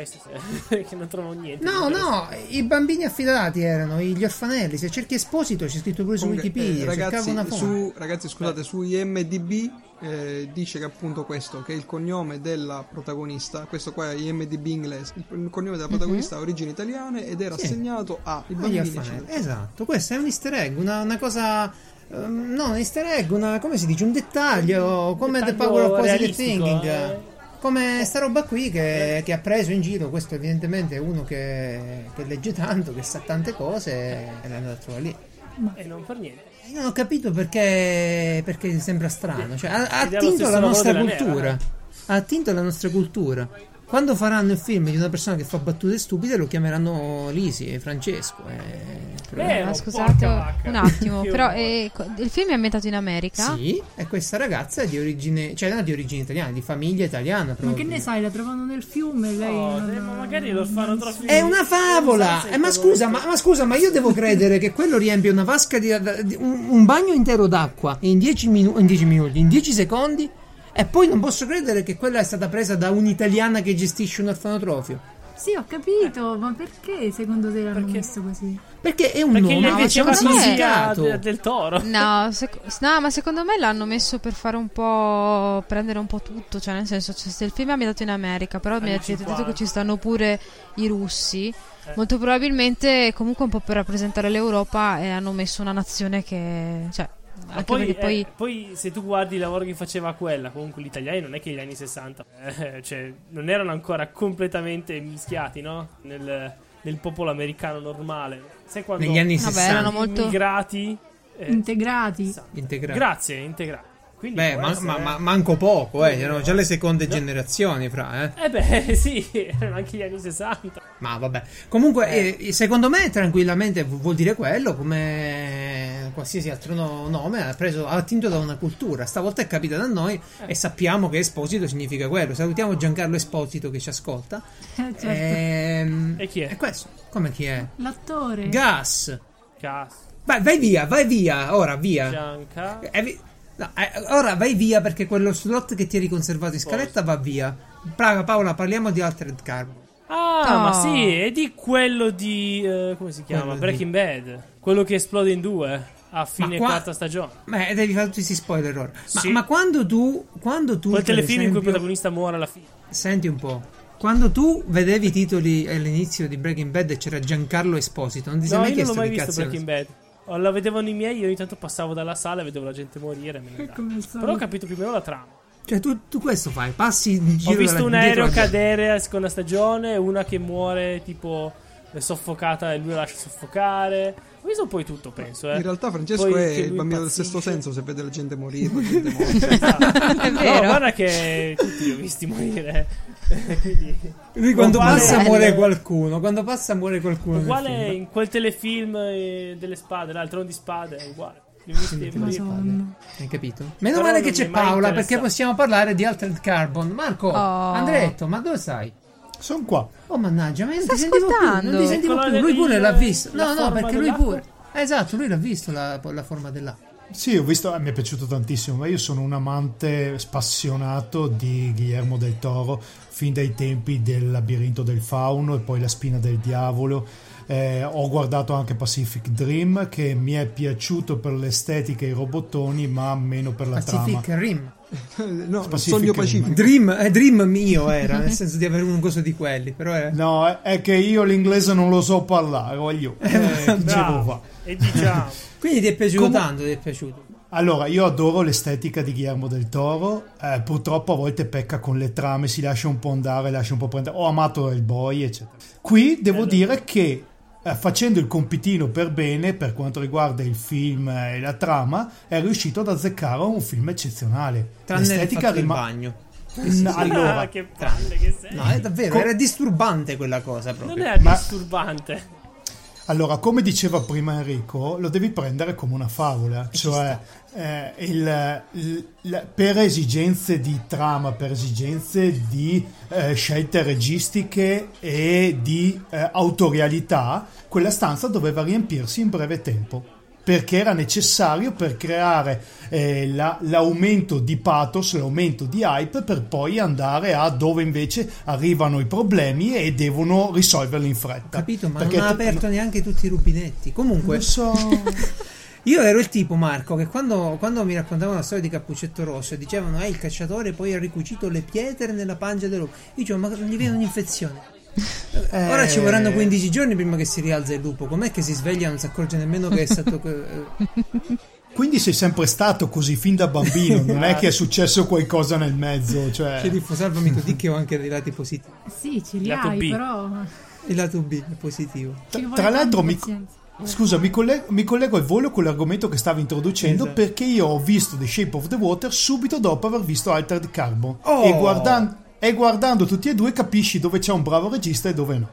C: eh, stasera <laughs> che non trovano niente.
B: No, no, i bambini affidati erano gli orfanelli. Se cerchi Esposito c'è scritto pure su
E: Comunque,
B: Wikipedia.
E: eh,
B: cercavo
E: ragazzi,
B: una fonte.
E: su- ragazzi, scusate, su IMDB eh, dice che appunto questo, che è il cognome della protagonista, questo qua è IMDB inglese, il, il cognome della protagonista ha origini italiane ed era
B: Mhm. Sì.
E: assegnato a i
B: Agli
E: bambini
B: orfanelli.
E: eccetera.
B: Esatto, questo è un easter egg, una, una cosa. ehm, no, un easter egg, una, come si dice? Un dettaglio, come The
C: dettaglio
B: Power of Positive
C: realistico,
B: Thinking.
C: eh.
B: Come sta roba qui che, che ha preso in giro, questo evidentemente è uno che, che legge tanto, che sa tante cose e l'ha andato a trovare lì.
C: E non per niente.
B: Io Non ho capito perché, perché sembra strano. Cioè, ha, ha
C: Ed è lo
B: attinto
C: stesso
B: la
C: lavoro
B: nostra
C: della
B: cultura.
C: nera. eh.
B: Ha attinto la nostra cultura. Quando faranno il film di una persona che fa battute stupide lo chiameranranno Lisi e Francesco. eh, però-
C: Vero,
D: Ma
C: porca
D: scusate
C: vacca.
D: un attimo,
C: <laughs> Io-
D: però eh, co- il film è ambientato in America.
B: Sì, e questa ragazza è di origine, cioè non di origine italiana, di famiglia italiana.
F: Ma
B: proprio.
F: che ne sai, la trovano nel fiume lei.
C: Oh,
F: non-
C: eh, ma magari lo fanno troppo.
B: È una favola! Eh, ma, scusa, ma, ma scusa, ma io devo credere che quello riempie una vasca di. di- un, un bagno intero d'acqua in 10 minu- in 10 minuti, in 10 secondi. E poi non posso credere che quella è stata presa da un'italiana che gestisce un orfanotrofio.
F: Sì, ho capito, ma perché secondo te l'hanno
C: Perché-
F: messo così?
B: Perché è un
C: Perché
B: nome
C: lei
B: che c'è
C: diceva
B: un
D: secondo me-
C: sia
B: significato.
C: de- del
D: <laughs>
C: toro.
D: No, sec- no, ma secondo me l'hanno messo per fare un po'. prendere un po' tutto. Cioè, nel senso, cioè, se il film è ambientato in America, però mi
C: Anni
D: avete detto
C: 50.
D: che ci stanno pure i russi. Molto probabilmente, comunque, un po' per rappresentare l'Europa, eh, hanno messo una nazione che. cioè,
C: Ma
D: anche
C: poi,
D: perché poi.
C: eh, poi se tu guardi il lavoro che faceva quella, comunque gli italiani non è che negli anni 60, eh, cioè non erano ancora completamente mischiati, no? Nel, nel popolo americano normale. Sai quando
B: Negli anni
D: Vabbè,
B: 60
D: erano
C: gli
D: molto-
C: immigrati eh,
F: Integrati.
C: sa-
B: integrati.
C: Grazie, integrati. Quindi
B: Beh,
C: può
B: ma-
C: essere-
B: ma- ma- manco poco, eh. Erano già le seconde generazioni, fra, eh.
C: Eh beh, <laughs> sì, erano anche gli anni 60.
B: Ma vabbè. Comunque, eh, secondo me, tranquillamente vu- vuol dire quello, come qualsiasi altro no- nome ha, preso, ha attinto da una cultura. Stavolta è capitato a noi
C: Eh.
B: e sappiamo che Esposito significa quello. Salutiamo Giancarlo Esposito che ci
C: <laughs>
B: ascolta.
F: Eh, certo.
B: Ehm,
C: E chi è? Eh.
B: questo. Come chi è?
F: L'attore.
B: Gas.
C: Cazzo,
B: Vai, vai via, vai via, ora via.
C: Gianca.
B: Eh, vi- no, eh, ora vai via perché quello slot che ti eri conservato in scaletta va via. Praga, Paola, parliamo di Altered Carbon.
C: Ah,
D: Oh.
C: ma sì, è di quello di... eh, come si chiama?
B: Quello di-
C: Breaking Bad. Quello che esplode in due a fine
B: qua-
C: quarta stagione.
B: Beh, devi fare tutti questi spoiler ora. Ma,
C: Sì.
B: ma quando tu. Quando tu.
C: Quel
B: per
C: telefilm in cui il
B: esempio-
C: protagonista muore alla fine.
B: Senti un po'. Quando tu vedevi i titoli all'inizio di Breaking Bad e c'era Giancarlo Esposito, non ti sei
C: No,
B: mai
C: io non
B: chiesto
C: l'ho mai
B: di
C: visto
B: cazzo.
C: Breaking Bad. Oh, La vedevano i miei, io ogni tanto passavo dalla sala e vedevo la gente morire. Me ne andavo.
F: Come al solito.
C: Però ho capito più o meno la trama.
B: Cioè, tu, tu questo fai, passi in giro.
C: Ho visto
B: alla-
C: un
B: dietro
C: aereo
B: alla-
C: cadere a seconda stagione, una che muore tipo eh, soffocata e lui la lascia soffocare. Ho visto poi tutto, penso. Eh.
E: In realtà Francesco
C: Poi
E: è
C: che lui
E: il bambino del
C: impazzisce. Esatto.
E: sesto senso, se vede la gente morire, la
B: <laughs>
E: gente muore.
D: <laughs> È
C: No,
D: vero.
C: guarda che tutti li ho visti morire. Quindi,
B: Lui quando
C: Uguale-
B: passa muore qualcuno. Quando passa muore qualcuno. nel
C: uguale
B: film.
C: in quel telefilm eh, delle spade, l'altro di spade, è uguale. Li ho visti
B: Sì,
C: morire.
F: Madonna.
B: Hai capito? Meno
C: Però
B: male
C: non
B: che
C: mi
B: c'è
C: è mai
B: Paola perché
C: interessato.
B: possiamo parlare di Altered Carbon. Marco,
D: Oh.
B: Andretto, ma dove sei?
A: Sono qua.
B: Oh mannaggia, ma io non
D: Sta
B: ti sentivo più, non
D: ascoltando.
B: ti sentivo
C: Il
B: più.
C: colore
B: Lui pure
C: del-
B: l'ha visto.
C: la
B: No, no,
C: forma
B: perché lui
C: dell'acqua?
B: pure. Esatto, lui l'ha visto la, la forma dell'acqua.
A: Sì, ho visto, eh, mi è piaciuto tantissimo, ma io sono un amante spassionato di Guillermo del Toro fin dai tempi del labirinto del fauno e poi la spina del diavolo. Eh, ho guardato anche Pacific Dream che mi è piaciuto per l'estetica e i robottoni, ma meno per la trama.
B: Pacific Rim.
E: no,
A: Pacific
E: sogno
A: Rim.
E: pacifico.
B: Dream, eh, dream mio era, nel senso di avere un coso di quelli, però è...
A: No, è, è che io l'inglese non lo so parlare, voglio. Eh, che ce lo fa?
C: Bravo. E
E: <laughs>
C: diciamo.
B: Quindi ti è piaciuto
A: Comu-
B: tanto, ti è piaciuto.
A: Allora, io adoro l'estetica di Guillermo del Toro, eh, purtroppo a volte pecca con le trame, si lascia un po' andare, lascia un po' prendere. Ho amato il boy, eccetera. Qui devo dire che eh, facendo il compitino per bene per quanto riguarda il film eh, e la trama, è riuscito ad azzeccare un film eccezionale.
B: Tranne il
A: L'estetica
B: fatto del
A: rima-
B: bagno.
A: No, allora,
C: Ah, che palle che sei.
B: No, è davvero,
A: Co-
B: era disturbante quella cosa
C: Non
B: proprio.
C: è
A: Ma-
C: disturbante.
A: Allora, come diceva prima Enrico, lo devi prendere come una favola, cioè eh, il- il- la- per esigenze di trama, per esigenze di eh, scelte registiche e di eh, autorialità, quella stanza doveva riempirsi in breve tempo. perché era necessario per creare eh, la- l'aumento di pathos, l'aumento di hype per poi andare a dove invece arrivano i problemi e devono risolverli in
B: Ho
A: fretta.
B: capito, ma
A: Perché
B: non ha
A: te-
B: aperto neanche tutti i rubinetti. Comunque,
A: Lo so.
B: Io ero il tipo Marco che quando, quando mi raccontavano la storia di Cappuccetto Rosso e dicevano eh il cacciatore poi ha ricucito le pietre nella pancia del lupo. Io dicevo ma gli viene un'infezione.
A: Eh,
B: Ora ci vorranno 15 giorni prima che si rialza il lupo. Com'è che si sveglia e non si accorge nemmeno che è <laughs> stato... eh,
A: Quindi sei sempre stato così fin da
B: <laughs>
A: bambino, non è che è successo qualcosa nel mezzo, cioè...
B: C'è di salvami tu di che ho anche dei lati positivi.
F: Sì, ce li
C: Lato
F: hai,
C: B.
F: però.
B: Il lato B è positivo.
A: Tra-
F: ci vuole
A: tra l'altro
F: tanta
A: mi,
F: pazienza.
A: Scusa, mi, colle- mi collego al volo con l'argomento che stavi introducendo
B: Esatto.
A: perché io ho visto The Shape of the Water subito dopo aver visto Altered Carbon.
B: Oh!
A: E, guardan- e guardando tutti e due capisci dove c'è un bravo regista e dove no.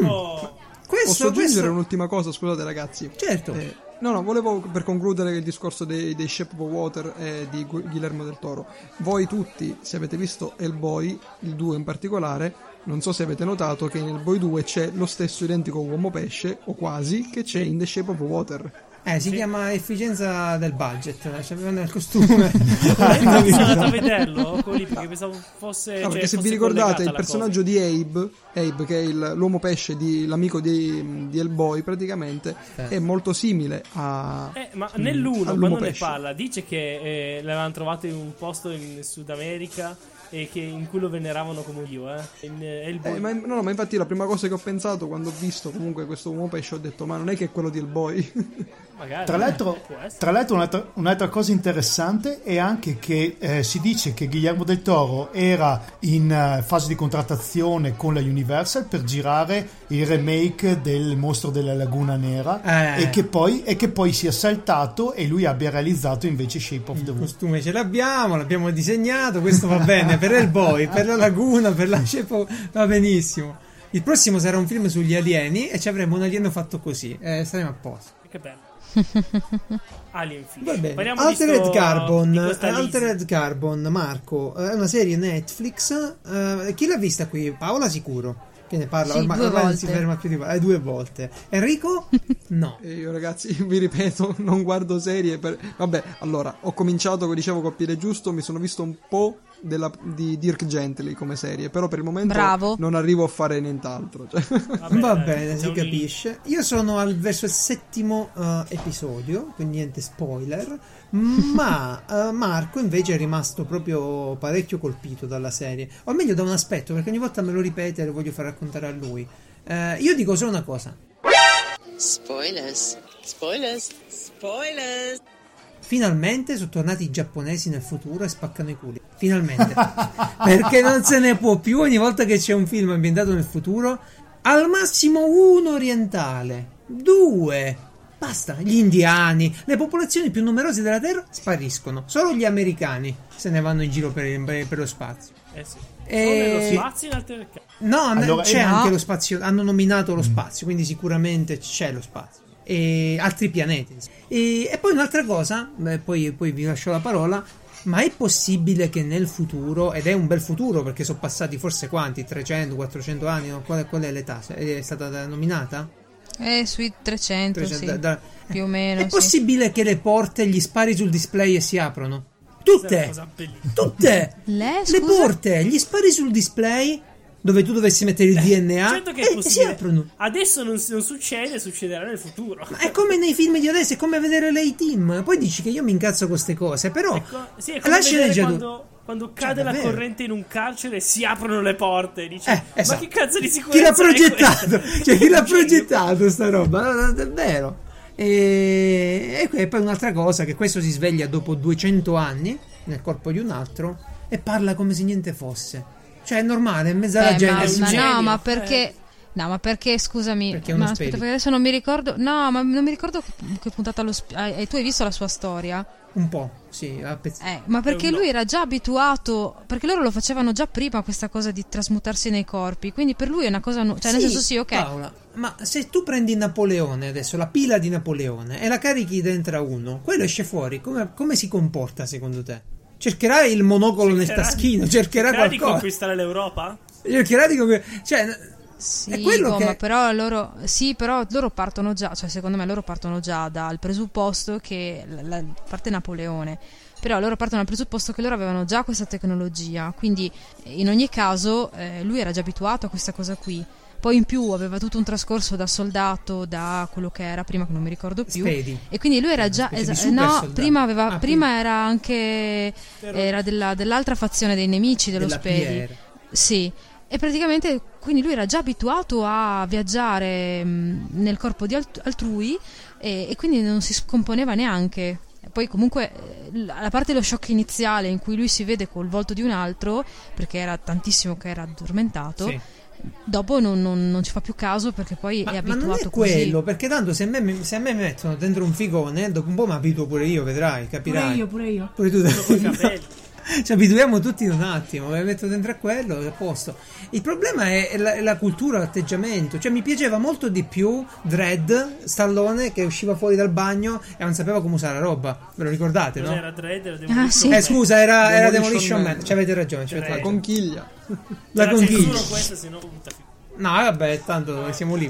E: Mm. <laughs>
C: Oh,
E: Posso
B: Questo,
E: aggiungere
B: questo...
E: un'ultima cosa, scusate ragazzi.
B: Certo.
E: Eh, no, no, volevo per concludere il discorso dei, dei Shape of Water eh, di Gu- Guillermo del Toro. Voi tutti, se avete visto Hellboy, il 2 in particolare, non so se avete notato che in Hellboy 2 c'è lo stesso identico uomo pesce, o quasi, che c'è in The Shape of Water.
B: Eh, si chiama efficienza del budget. eh, C'avevano il costume. <laughs>
C: Infatti sono andato a vederlo quello lì, perché pensavo fosse.
E: Ah,
C: cioè,
E: perché se vi
C: fosse
E: ricordate
C: collegata
E: il
C: la
E: personaggio di Abe, Abe che è il- l'uomo pesce, di, l'amico di, di Hellboy praticamente,
B: Eh.
E: è molto simile a...
C: cosa. Eh, ma nell'uno,
E: all'uomo
C: quando ne
E: pesce.
C: parla, dice che eh, l'avevano trovato in un posto in Sud America e che in cui lo veneravano come io, eh. In, eh, Hellboy.
E: Eh, ma, no, no, ma infatti la prima cosa che ho pensato quando ho visto comunque questo uomo pesce ho detto ma non è che è quello di Hellboy. <laughs>
C: Magari.
A: Tra l'altro,
C: eh, può essere.
A: tra l'altro un'altra, un'altra cosa interessante è anche che eh, si dice che Guillermo del Toro era in eh, fase di contrattazione con la Universal per girare il remake del Mostro della Laguna Nera
B: Eh.
A: e, che poi, e che poi sia saltato e lui abbia realizzato invece Shape of the
B: Il
A: Water.
B: costume ce l'abbiamo, l'abbiamo disegnato, questo va bene per il boy, per la laguna, per la cepo, va benissimo. Il prossimo sarà un film sugli alieni e ci avremo un alieno fatto così, e saremo a posto.
C: Che bello.
B: <laughs>
C: Alien Fish.
B: Va bene.
C: Parliamo di
B: Altered
C: sto-
B: Carbon,
C: di questa Lizzie.
B: Altered Carbon, Marco, eh, è una serie Netflix. eh, chi l'ha vista qui? Paola sicuro. Che ne parla
D: Sì,
B: ormai,
D: due
B: ormai non si
D: volte.
B: ferma più di eh, due volte.
D: <laughs>
B: Enrico? No.
E: e io ragazzi <laughs> vi ripeto non guardo serie per... Vabbè allora ho cominciato come dicevo col piede giusto mi sono visto un po' della- di Dirk Gently come serie però per il momento
D: Bravo.
E: non arrivo a fare nient'altro.
B: Eh,
E: <laughs> Cioè,
B: Va
C: dai,
B: bene,
C: c'è
B: si
C: un link.
B: capisce. Io sono al verso il settimo eh, episodio, quindi niente spoiler. Ma eh, Marco invece è rimasto proprio parecchio colpito dalla serie. O meglio, da un aspetto, perché ogni volta me lo ripete e lo voglio far raccontare a lui. Eh, io dico solo una cosa:
G: Spoilers. Spoilers. Spoilers.
B: Finalmente sono tornati i giapponesi nel futuro e spaccano i culi. Finalmente. <laughs> Perché non se ne può più ogni volta che c'è un film ambientato nel futuro. Al massimo uno orientale, due. Basta, gli indiani, le popolazioni più numerose della Terra spariscono. Solo gli americani se ne vanno in giro per, per lo spazio.
C: Eh sì.
B: E-
C: Sono nello spazio in Altered Carbon.
B: No, n-
A: Allora,
B: c'è
A: eh,
B: anche
D: no.
B: lo spazio. Hanno nominato lo spazio, quindi sicuramente c'è lo spazio. E altri pianeti. insomma. E, e poi un'altra cosa, beh, poi, poi vi lascio la parola. Ma è possibile che nel futuro, ed è un bel futuro perché sono passati forse quanti, 300, 400 anni, no? qual, è, qual è l'età? Se- È stata da- nominata?
D: Eh, sui 300,
B: 300,
D: sì.
B: da- da-
D: Più o meno,
B: È
D: sì.
B: possibile che le porte gli spari sul display e si aprono? Tutte!
C: Cosa bellissima.
B: Tutte!
D: Le,
B: le
D: Eh, scusa?
B: porte, gli spari sul display dove tu dovessi mettere il DNA
C: Certo che è
B: e si
C: possibile.
B: aprono.
C: Adesso non, non succede, succederà nel futuro.
B: Ma è come nei film di adesso, è come vedere lei team. Poi dici che io mi incazzo con queste cose, però
C: Co- Ecco, sì, è
B: la
C: come vedere
B: sceneggiatura-
C: quando, quando cade la
B: Cioè, davvero.
C: corrente in un carcere e si aprono le porte. Dici,
B: Eh,
C: Ma
B: esatto.
C: che cazzo di
B: Chi
C: sicurezza
B: l'ha
C: è
B: progettato?
C: <laughs> questa?
B: Cioè, chi l'ha
C: Un genio.
B: progettato sta roba? No, no, Davvero. E, e poi un'altra cosa, che questo si sveglia dopo 200 anni nel corpo di un altro e parla come se niente fosse. Cioè, è normale, è in mezzo alla
D: Beh,
B: gente.
D: ma, ma
C: genere.
D: Eh, no,
C: Eh.
D: ma perché... No, ma perché, scusami,
B: Perché è uno
D: ma
B: spirito.
D: aspetta, perché adesso non mi ricordo... No, ma non mi ricordo che- che puntata lo... sp- hai- hai- tu hai visto la sua storia?
B: Un po', sì, a pezzi.
D: Eh, ma perché
C: un no.
D: lui era già abituato, perché loro lo facevano già prima questa cosa di trasmutarsi nei corpi, quindi per lui è una cosa nu- cioè nel
B: Sì,
D: senso sì, ok.
B: Paola, ma se tu prendi Napoleone adesso, la pila di Napoleone, e la carichi dentro a uno, quello esce fuori, come, come si comporta secondo te? Cercherà il monocolo nel
C: Cercherà di-
B: taschino,
C: <laughs>
B: cercherà
C: cercherà di
B: qualcosa.
C: conquistare <laughs> l'Europa?
B: Cercherà di... conqui- Cioè, n-
D: Sì,
B: È quello
D: boh,
B: che-
D: ma però loro, sì, però loro partono già, cioè secondo me loro partono già dal presupposto che, la, la- a parte Napoleone, però loro partono dal presupposto che loro avevano già questa tecnologia, quindi eh, in ogni caso eh, lui era già abituato a questa cosa qui. Poi in più aveva tutto un trascorso da soldato, da quello che era prima, che non mi ricordo più.
B: Spedi.
D: E quindi lui era già.
B: specie di
D: esa-
B: super
D: no,
B: soldato.
D: prima, aveva,
B: Ah,
D: prima
B: prima.
D: era anche. Era della- dell'altra fazione dei nemici dello
B: della
D: Spedi.
B: PR.
D: Sì, e praticamente quindi lui era già abituato a viaggiare mh, nel corpo di alt- altrui e, e quindi non si scomponeva neanche. Poi comunque eh, l- la parte dello shock iniziale in cui lui si vede col volto di un altro, perché era tantissimo che era addormentato,
C: Sì.
D: dopo non, non- non ci fa più caso perché poi è
B: Ma, ma
D: abituato
B: non è
D: così.
B: quello, perché tanto se a, me, se a me mi mettono dentro un figone, dopo un po' mi abituo pure io, vedrai,
F: Pure
B: capirai.
F: io, pure io.
B: Pure tu <laughs>
C: Con i capelli.
B: Ci abituiamo tutti in un attimo, me metto dentro a quello e a posto. Il problema è, è la, è la cultura, l'atteggiamento. Cioè, mi piaceva molto di più Dread, Stallone, che usciva fuori dal bagno e non sapeva come usare la roba. Ve lo ricordate,
C: Non
B: no?
C: era Dread, era
D: Ah, sì.
B: Eh, scusa, era, era Demolition
E: Demolition
B: Man.
E: Man.
B: Ci avete ragione, ci avete
E: La
C: Dread.
B: ragione.
E: conchiglia.
B: Eh, La conchiglia.
C: questo, se no punta fi-
B: No, vabbè, tanto siamo lì.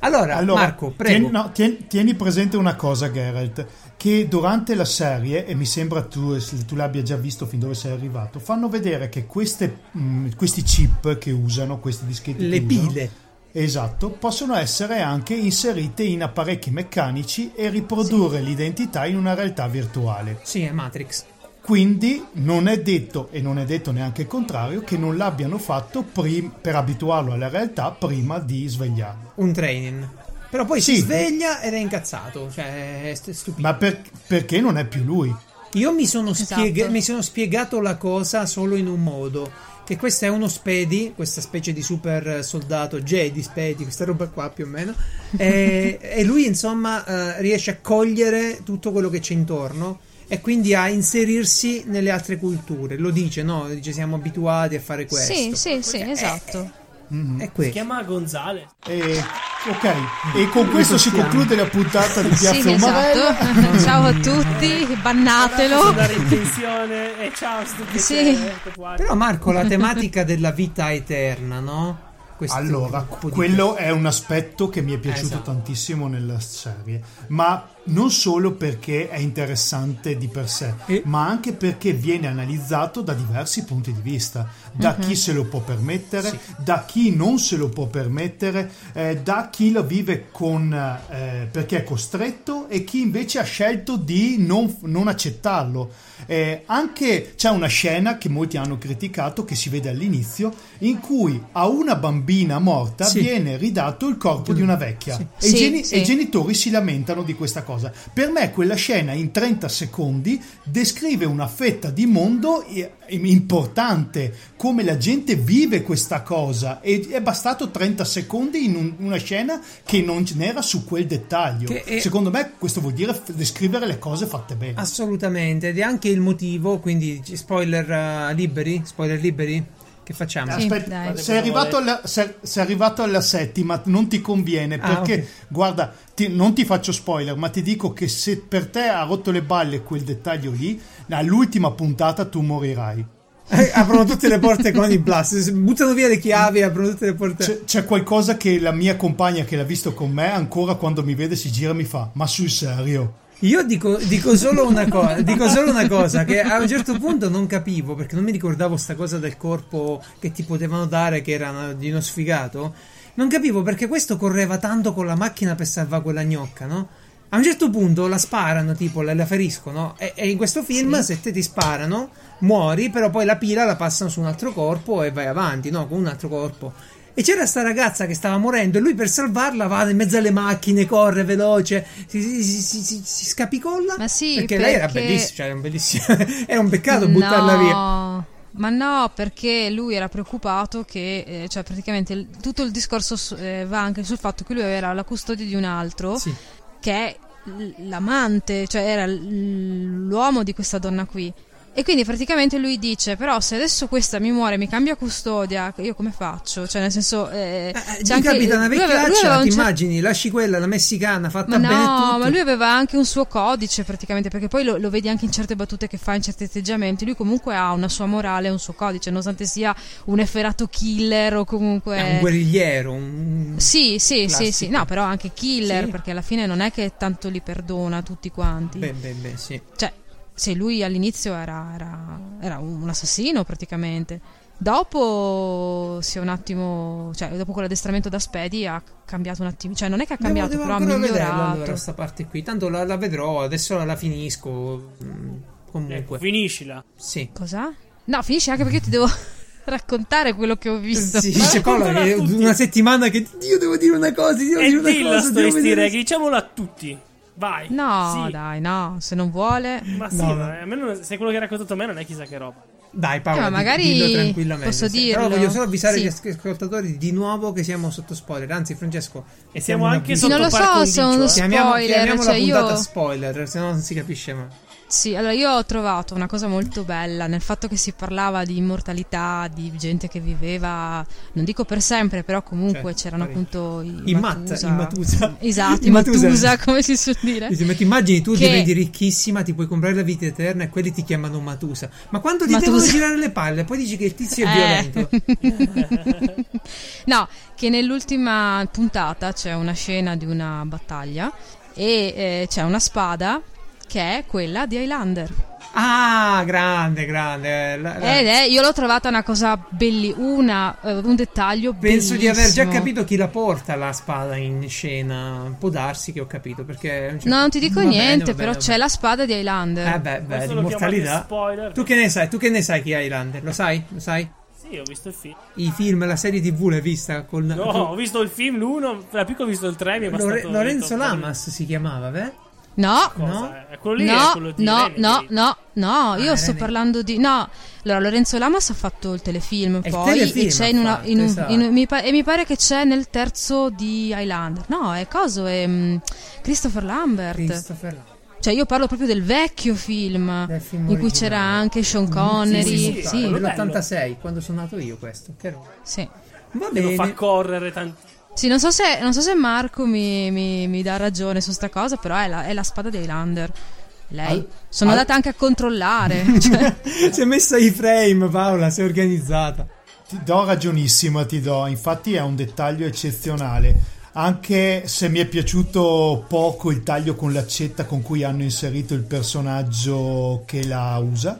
B: Allora,
A: Allora,
B: Eh, Marco, prego.
A: Tieni, no, tien- tieni presente una cosa, Geralt, che durante la serie, e mi sembra tu, se tu l'abbia già visto fin dove sei arrivato, fanno vedere che queste, mh, questi chip che usano, questi dischetti
B: Le
A: che usano,
B: pile.
A: Esatto, possono essere anche inserite in apparecchi meccanici e riprodurre l'identità in una realtà virtuale.
B: Sì, è Matrix.
A: Quindi non è detto, e non è detto neanche il contrario, che non l'abbiano fatto prim- per abituarlo alla realtà prima di svegliarlo.
B: Un training. Però poi si
A: Sì.
B: sveglia ed è incazzato. Cioè, è st- stupito.
A: Ma per- perché non è più lui?
B: Io mi sono,
D: Esatto.
B: spiega- mi sono spiegato la cosa solo in un modo. Che questo è uno spedi, questa specie di super soldato Jedi spedi, questa roba qua più o
D: <laughs>
B: meno. e, e lui, insomma, eh, riesce a cogliere tutto quello che c'è intorno. E quindi a inserirsi nelle altre culture. Lo dice, no? Dice siamo abituati a fare questo.
D: Sì, sì, sì, esatto.
B: È
C: Si
B: questo.
C: chiama Gonzale.
A: E, ok, e con questo si conclude la puntata di Piazza
D: Sì,
A: Umarella.
D: esatto. Ciao a tutti,
C: Posso
D: bannatelo.
C: andare in pensione e Eh, ciao, stupido.
D: Ah, Sì.
B: Però Marco, la tematica della vita eterna, no? Questo
A: Allora,
B: tipo di-
A: quello è un aspetto che mi è piaciuto
B: Esatto.
A: tantissimo nella serie, ma non solo perché è interessante di per sé,
B: E-
A: ma anche perché viene analizzato da diversi punti di vista, da
B: Mhm.
A: chi se lo può permettere, da chi non se lo può permettere, eh, da chi lo vive con, eh, perché è costretto e chi invece ha scelto di non, non accettarlo. Eh, anche c'è una scena che molti hanno criticato, che si vede all'inizio, in cui a una bambina morta
B: Sì.
A: viene ridato il corpo di una vecchia e,
D: Sì,
A: i geni-
D: sì.
A: e i genitori si lamentano di questa cosa. Per me quella scena in 30 secondi descrive una fetta di mondo eh, importante, come la gente vive questa cosa e è bastato 30 secondi in un- una scena che non ce n'era su quel dettaglio.
B: Che è-
A: Secondo me questo vuol dire f- descrivere le cose fatte bene.
B: Assolutamente, ed è anche il motivo, quindi ci- spoiler eh, liberi, spoiler liberi, che facciamo?
D: Sì.
A: Aspetta,
D: dai.
A: sei, arrivato alla, sei- sei arrivato alla settima, non ti conviene
B: Ah,
A: perché,
B: ok.
A: guarda, ti- non ti faccio spoiler, ma ti dico che se per te ha rotto le balle quel dettaglio lì, all'ultima puntata tu morirai.
B: Eh, <laughs> aprono tutte le porte con i blast, s- buttano via le chiavi e aprono tutte le porte.
A: C'è, c'è qualcosa che la mia compagna che l'ha visto con me, ancora quando mi vede si gira e mi fa, ma sul serio?
B: Io dico, dico solo una cosa, dico solo una cosa che a un certo punto non capivo perché non mi ricordavo sta cosa del corpo che ti potevano dare che era una- di uno sfigato. Non capivo perché questo correva tanto con la macchina per salvare quella gnocca, no? A un certo punto la sparano, tipo la, la feriscono. E, e in questo film, se te ti sparano, muori, però poi la pila la passano su un altro corpo e vai avanti, no? Con un altro corpo. E c'era sta ragazza che stava morendo e lui per salvarla va in mezzo alle macchine, corre veloce, si, si- si- si- si- si scapicolla.
D: Ma sì,
B: perché, lei era
D: perché-
B: bellissima, cioè era un bellissimo. <laughs> era un peccato buttarla via.
D: No, Ma no, perché lui era preoccupato che, eh, cioè praticamente il- tutto il discorso su- eh, va anche sul fatto che lui era la custodia di un altro
B: Sì.
D: che è l- l'amante, cioè era l- l'uomo di questa donna qui. E quindi praticamente lui dice: Però se adesso questa mi muore, mi cambia custodia, io come faccio? Cioè, nel senso. Eh,
B: Eh,
D: c'è
B: gli capita una
D: lui aveva- lui aveva
B: vecchiaccia,
D: un certo
B: ti
D: cer-
B: immagini, lasci quella, la messicana, fatta
D: Ma
B: bene
D: no,
B: tutto.
D: ma lui aveva anche un suo codice praticamente, perché poi lo, lo vedi anche in certe battute che fa, in certi atteggiamenti. Lui comunque ha una sua morale, un suo codice, nonostante sia un efferato killer o comunque.
B: È un guerrigliero, un...
D: Sì, sì, sì,
B: Classico.
D: sì, no, però anche killer,
B: Sì.
D: perché alla fine non è che tanto li perdona tutti quanti.
B: Beh, beh, beh, sì.
D: Cioè, se lui all'inizio era, era- era un assassino praticamente, dopo si è un attimo, cioè dopo quell'addestramento da Spedi ha cambiato un attimo, cioè non è che ha cambiato,
B: devo, devo
D: però ha
B: ancora
D: migliorato.
B: vederla allora sta parte qui. Tanto la, la vedrò, adesso la, la finisco. mm,
C: Ecco,
B: Comunque,
C: finiscila.
B: sì.
D: Cosa? No, finisci anche perché io ti devo <laughs> raccontare quello che ho visto.
B: Sì,
C: Ma
B: c'è Paola
C: raccontala
B: che
C: a tutti.
B: una settimana che io devo dire una cosa, ti devo
C: E
B: dire una
C: dilla
B: cosa,
C: sto
B: devo vedere-
C: istireghi, diciamolo a tutti. Vai.
D: No,
C: Sì.
D: dai, no, se non vuole.
C: Ma sì,
B: No,
C: ma a me non- se quello che hai raccontato a me non è chissà che roba.
B: Dai Paola,
D: Eh, ma
B: di-
D: magari
B: dillo tranquillamente.
D: posso
B: sì. Però
D: dirlo?
B: voglio solo avvisare
D: Sì.
B: gli asc- ascoltatori di nuovo che siamo sotto spoiler. Anzi, Francesco,
C: E siamo anche
D: Sì,
C: sotto
D: non lo
C: par
D: so
C: condicio,
D: se è uno
C: eh.
D: sp-
B: Chiamiamo,
D: spoiler,
B: chiamiamo
D: cioè
B: la
D: io-
B: puntata spoiler, se no non si capisce mai.
D: Sì, allora io ho trovato una cosa molto bella nel fatto che si parlava di immortalità, di gente che viveva, non dico per sempre, però comunque
B: Certo,
D: c'erano
B: parecchio.
D: appunto i
B: In Matt,
D: Matusa.
B: in Matusa.
D: Esatto, i
B: In Matusa.
D: Matusa, come si suol dire.
B: Dice, ma ti immagini tu
D: Eh? Che-
B: diventi ricchissima, ti puoi comprare la vita eterna e quelli ti chiamano Matusa. Ma quando ti
D: Matusa. Eh.
B: devono girare le palle, poi dici che il tizio è
D: <laughs>
B: violento.
D: violento. Eh. <laughs> no, che nell'ultima puntata c'è una scena di una battaglia e eh, c'è una spada che è quella di Highlander.
B: Ah, grande, grande. La- la-
D: Ed è, io l'ho trovata una cosa bellissima, una, eh, un dettaglio
B: Penso di aver già
D: bellissimo.
B: capito chi la porta la spada in scena. Può darsi che ho capito perché. a un certo-
D: No, non ti dico
B: Va bene,
D: niente,
B: va bene,
D: però
B: va
D: c'è
B: bene.
D: la spada di Highlander.
B: Eh beh, beh,
C: Questo lo chiamate
B: l'immortalità.
C: spoiler.
B: Tu che ne sai? Tu che ne sai chi è Highlander? Lo sai? Lo sai?
C: Sì, ho visto il film.
B: I film, la serie TV l'hai vista con
C: No, ho visto il film, l'uno, la piccola ho visto il tre, mi è bastato...
B: Lorenzo
C: ho detto,
B: Lamas si chiamava, beh?
D: No,
C: Cosa?
B: No.
C: Eh, Quello lì è
D: no,
C: quello di
D: no,
C: Renegade.
D: no, no, no, io
B: Ah,
D: sto
B: Renegade.
D: parlando di... No, allora Lorenzo Lamas ha fatto il telefilm
B: È il
D: poi
B: telefilm
D: e, c'è
B: ha
D: in una,
B: fatto,
D: in un-
B: esatto.
D: in un- mi pa- e mi pare che c'è nel terzo di Highlander. No, è coso, è mm, Christopher Lambert.
B: Christopher Lamas.
D: Cioè io parlo proprio del vecchio film,
B: Del film
D: in cui c'era
B: originale. Mm,
D: anche Sean
B: Sì,
D: Connery.
B: sì, sì,
C: sì,
B: sì,
C: bello.
B: dell'86, quando sono nato io questo. Che roba.
D: sì.
B: Va
C: Che lo
B: bene.
C: fa correre tanti...
D: Sì, non so se, non so se Marco mi, mi- mi dà ragione su sta cosa, però è la, è la spada dei Lander. Lei.
B: Al-
D: Sono
B: al-
D: andata anche a
B: <laughs>
D: controllare. cioè,
B: si è messa i frame, Paola, si è organizzata.
A: Ti do ragionissima, ti do. Infatti è un dettaglio eccezionale. Anche se mi è piaciuto poco il taglio con l'accetta con cui hanno inserito il personaggio che la usa.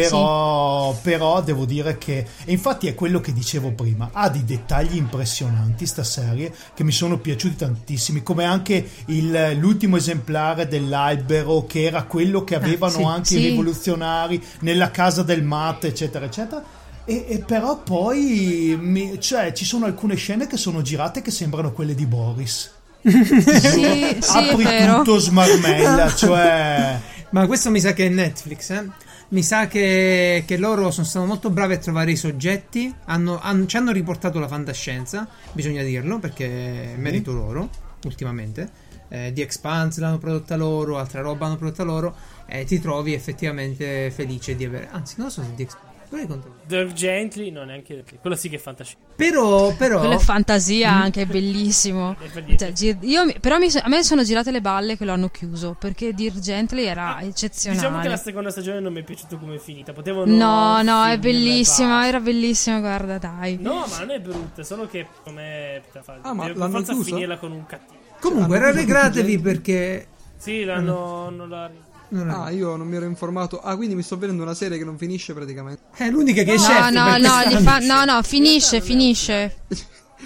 A: Però, però devo dire che e infatti è quello che dicevo prima ha dei dettagli impressionanti sta serie che mi sono piaciuti tantissimi come anche il- l'ultimo esemplare dell'albero che era quello che avevano
B: sì,
A: anche
D: sì.
A: i rivoluzionari nella casa del mate eccetera eccetera e, e però poi mi- cioè, ci sono alcune scene che sono girate che sembrano quelle di Boris.
D: sì, sì, è
A: Apri
D: vero.
A: tutto smarmella,
D: <laughs>
A: cioè
B: Ma questo mi sa che è Netflix, eh? Mi sa che, che loro sono stati molto bravi a trovare i soggetti, hanno- hanno- ci hanno riportato la fantascienza, bisogna dirlo, perché è merito loro, ultimamente. Eh, The Expanse l'hanno prodotta loro, altra roba hanno prodotta loro, e ti trovi effettivamente felice di avere... Anzi, non lo so se The Expanse... vorrei controllare.
C: Dirk Gently, no, neanche... Quello sì che è fantascienza.
B: Però, però...
C: Oh.
D: Quella è
C: Mm.
D: fantasia anche, è
C: <laughs>
D: bellissimo.
C: per niente.
D: Cioè, gir- io mi- però mi so- a me sono girate le balle che lo hanno chiuso, perché Dear Gently era
C: Ah,
D: eccezionale.
C: Diciamo che la seconda stagione non mi è piaciuto come è finita. Potevano...
D: No, no,
C: finirla
D: è
C: e
D: bellissima,
C: basta.
D: era bellissima, guarda, dai.
C: No, ma non è brutta, solo che come fa,
E: Ah, ma
C: devo
E: l'hanno
C: per forza
E: chiuso?
C: finirla con un cattivo.
B: Comunque,
D: Cioè,
E: Hanno usato
B: rallegratevi
E: gente.
B: perché...
C: Sì, l'hanno
B: Mm.
C: non la-
B: Non
E: Ah, io non mi ero informato. Ah, quindi mi sto vedendo una serie che non finisce praticamente. <laughs>
B: È l'unica che esce.
E: certo,
D: No, no, no, li fa- no, no, finisce, finisce.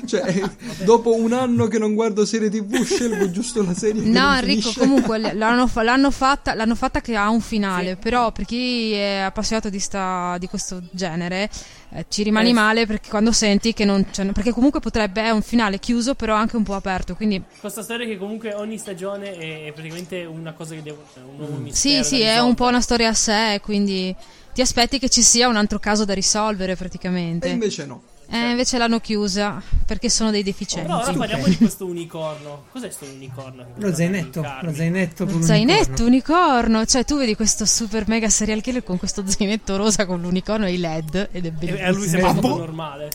E: Cioè, <laughs> dopo un anno che non guardo serie TV, scelgo giusto la serie. che
D: No,
E: non
D: Enrico,
E: finisce.
D: comunque l- l'hanno, fa- l'hanno fatta, l'hanno fatta che ha un finale, però per chi è appassionato di, sta- di questo genere eh, ci rimani
C: Eh.
D: male perché quando senti che non c'è, perché comunque potrebbe è un finale chiuso però anche un po' aperto, quindi
C: Questa storia che comunque ogni stagione è, è praticamente una cosa che devo un nuovo
D: sì,
C: mistero
D: Mm. sì,
C: da
D: è un po'
C: risolvere.
D: una storia a sé, quindi ti aspetti che ci sia un altro caso da risolvere
E: E
D: praticamente.
E: invece no.
D: Eh, invece l'hanno chiusa perché sono dei deficienti.
C: Però ora
D: Ok.
C: parliamo di questo unicorno. Cos'è questo unicorno? che
B: Lo
C: potrebbe
B: zainetto, lo
C: indicarmi?
B: zainetto. con
D: Lo
B: l'unicorno.
D: zainetto unicorno, cioè tu vedi questo super mega serial killer con questo zainetto rosa con l'unicorno e i led ed è
C: E
D: bellissimo.
C: Eh, a lui sembra
A: Ah,
C: proprio
A: boh.
C: normale.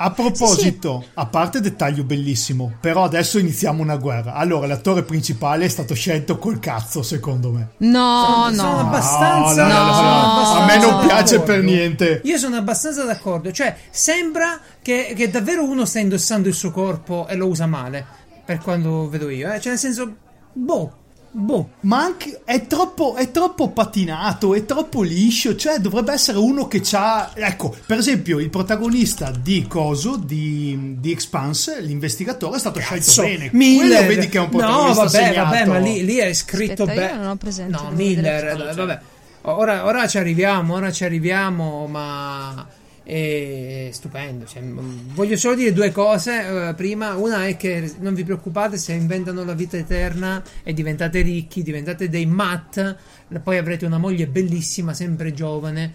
A: A proposito, a parte dettaglio bellissimo, però adesso iniziamo una guerra. Allora, l'attore principale è stato scelto col cazzo, secondo me.
D: No,
B: Sono
D: no.
B: abbastanza.
A: No, no, no,
B: sono
A: no, no.
B: abbastanza
A: A me non piace
B: d'accordo.
A: per niente.
B: Io sono abbastanza d'accordo. Cioè, sembra che, che davvero uno stia indossando il suo corpo e lo usa male. Per quanto vedo io, eh. Cioè, nel senso, boh, boh.
A: Ma anche è troppo, è troppo patinato, è troppo liscio. Cioè, dovrebbe essere uno che c'ha. Ecco, per esempio, il protagonista di Coso di, di Expanse, l'investigatore, è stato
B: So,
A: scelto bene.
B: Miller.
A: Quello vedi che è un
B: No,
A: protagonista
B: vabbè,
A: segnato.
B: vabbè, ma lì, lì è scritto
D: Aspetta,
B: bene.
D: io non ho presente,
B: No,
D: devo
B: Miller,
D: vedere.
B: eh, vabbè. Ora, ora ci arriviamo, ora ci arriviamo, ma è stupendo. cioè, mh, voglio solo dire due cose. eh, prima, una è che non vi preoccupate se inventano la vita eterna e diventate ricchi, diventate dei mat, poi avrete una moglie bellissima, sempre giovane.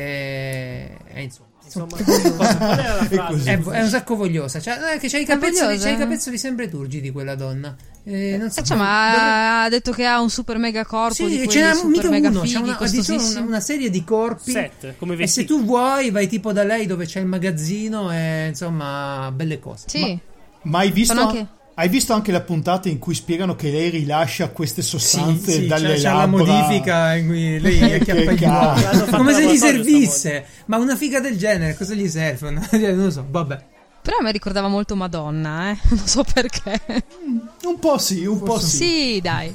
B: E, e insomma.
C: Insomma, cosa- qual era la
A: <laughs>
C: frase?
B: È, è un sacco vogliosa. Cioè, non è che c'hai i capezzoli,
D: Vogliosa?
B: c'hai i capezzoli sempre turgidi quella donna. Eh, non so.
D: Eh, cioè, ma ha detto che ha un super mega corpo di
B: Sì,
D: quelli
B: ce n'è
D: super
B: mica
D: mega
B: uno, c'è
D: fighi,
B: una, addirittura una,
D: costosissimi.
B: una serie di corpi.
C: Sette, come
B: E se
C: vestiti.
B: tu vuoi, vai tipo da lei dove c'è il magazzino e insomma, belle cose.
D: Sì.
B: Ma-
A: Ma hai visto,
D: Sono anche-
A: hai visto anche la puntata in cui spiegano che lei rilascia queste
B: Sì,
A: sostanze
B: sì,
A: dalle
B: c'è, c'è la
A: labbra?
B: modifica in cui lei acchiappa gli
A: cazzo.
C: L'hanno
B: uomini
C: fatto
B: come se gli
C: laboratorio,
B: servisse ma una figa del genere cosa gli serve <laughs> non lo so vabbè
D: Però a me ricordava molto Madonna, eh. <laughs> Non so perché.
A: Un po' sì, un po' sì.
D: Sì, dai.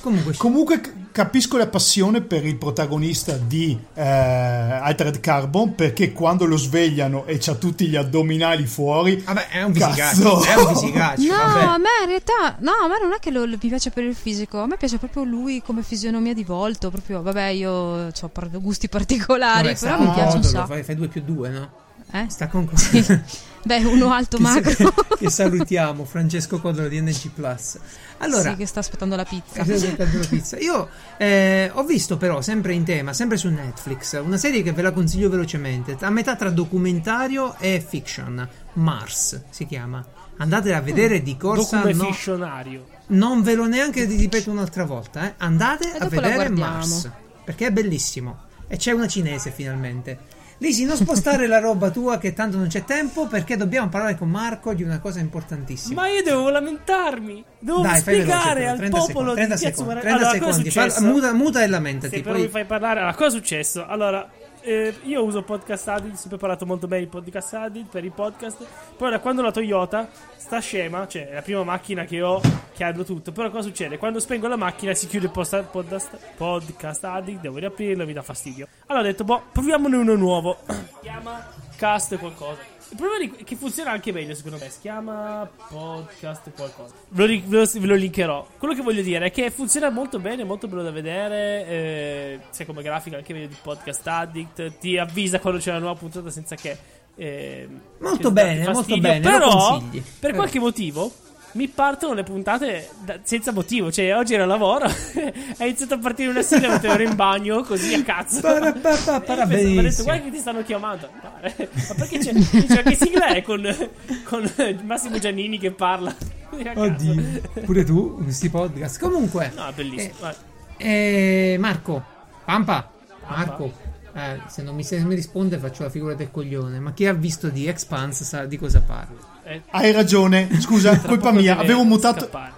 B: comunque
A: Comunque c- capisco la passione per il protagonista di eh, Altered Carbon perché quando lo svegliano e c'ha tutti gli addominali fuori
B: vabbè è un
A: Cazzo.
B: visicaccio è un visicaccio
D: No,
B: vabbè.
D: a me in realtà, no, a me non è che lo- lo- mi piace per il fisico, a me piace proprio lui come fisionomia di volto, proprio, vabbè, io ho gusti particolari,
B: Vabbè, sta
D: però
B: con
D: mi piace un
B: Codolo,
D: sacco.
B: Fai, fai 2 più 2, no?
D: Eh?
B: Sta con
D: <laughs> Beh, uno alto
B: Che sa-
D: magro. <laughs>
B: che salutiamo, Francesco Codolo di NG Plus. Allora, <laughs>
D: Sì, che sta aspettando la pizza.
B: Codolo Pizza. Io eh, ho visto però, sempre in tema, sempre su Netflix, una serie che ve la consiglio velocemente, a metà tra documentario e fiction, Mars si chiama. Andatela a vedere di corsa,
C: Docume
B: no-
C: fissionario.
B: non ve lo neanche vi ripeto un'altra volta, eh. andate a
D: dopo la
B: vedere
D: guardiamo.
B: Mars, perché è bellissimo. E c'è una cinese finalmente. Lisi, non spostare la roba tua che tanto non c'è tempo perché dobbiamo parlare con Marco di una cosa importantissima.
C: Ma io devo lamentarmi. Devo
B: Dai, fai veloce,
C: spiegare
B: però,
C: al
B: 30 secondi,
C: popolo
B: 30
C: di Piazza
B: secondi,
C: Umana-
B: 30
C: Allora, cosa è
B: secondi, parla-
C: successo?
B: muta, muta e
C: Se
B: lamentati.
C: però
B: poi- <laughs>
C: mi fai parlare, allora, cosa è successo? Allora, eh, io uso Podcast Addict, si è preparato molto bene il Podcast Addict per i podcast. Poi da quando la Toyota sta scema, cioè è la prima macchina che ho, che ha tutto. Però cosa succede? Quando spengo la macchina si chiude il posta- podcast, podcast Addict, devo riaprirlo, mi dà fastidio. Allora ho detto, boh, proviamone uno nuovo. Si chiama Cast qualcosa. Il problema di- è che funziona anche meglio, secondo me. Si chiama podcast qualcosa. Ve lo, ri- ve lo- ve lo linkerò. Quello che voglio dire è che funziona molto bene, molto bello da vedere. Eh, c'è come grafica anche meglio di Podcast Addict. Ti avvisa quando c'è una nuova puntata senza che. eh,
B: Molto
C: che
B: bene,
C: dati
B: molto
C: fastidio.
B: bene, lo
C: Però,
B: consigli. Eh.
C: per qualche motivo. Mi partono le puntate da- senza motivo, cioè oggi ero a lavoro, <laughs> è iniziato a partire una sigla mentre ero in bagno, così a cazzo.
B: Para, pa, pa, para,
C: E io pensavo, ho detto,
B: benissimo.
C: guarda che ti stanno chiamando. eh, Ma perché c'è, cioè, che sigla è con, con Massimo Giannini che parla? A caso.
B: Oddio, pure tu, questi podcast. Comunque,
C: No, è bellissimo. Guarda,
B: eh, Marco, Pampa, Marco, eh, se, non mi, se non mi risponde faccio la figura del coglione, ma chi ha visto di Expanse sa di cosa parlo.
C: eh, tra
A: hai ragione scusa
C: poco
A: colpa mia
C: deve
A: avevo mutato
C: scappare.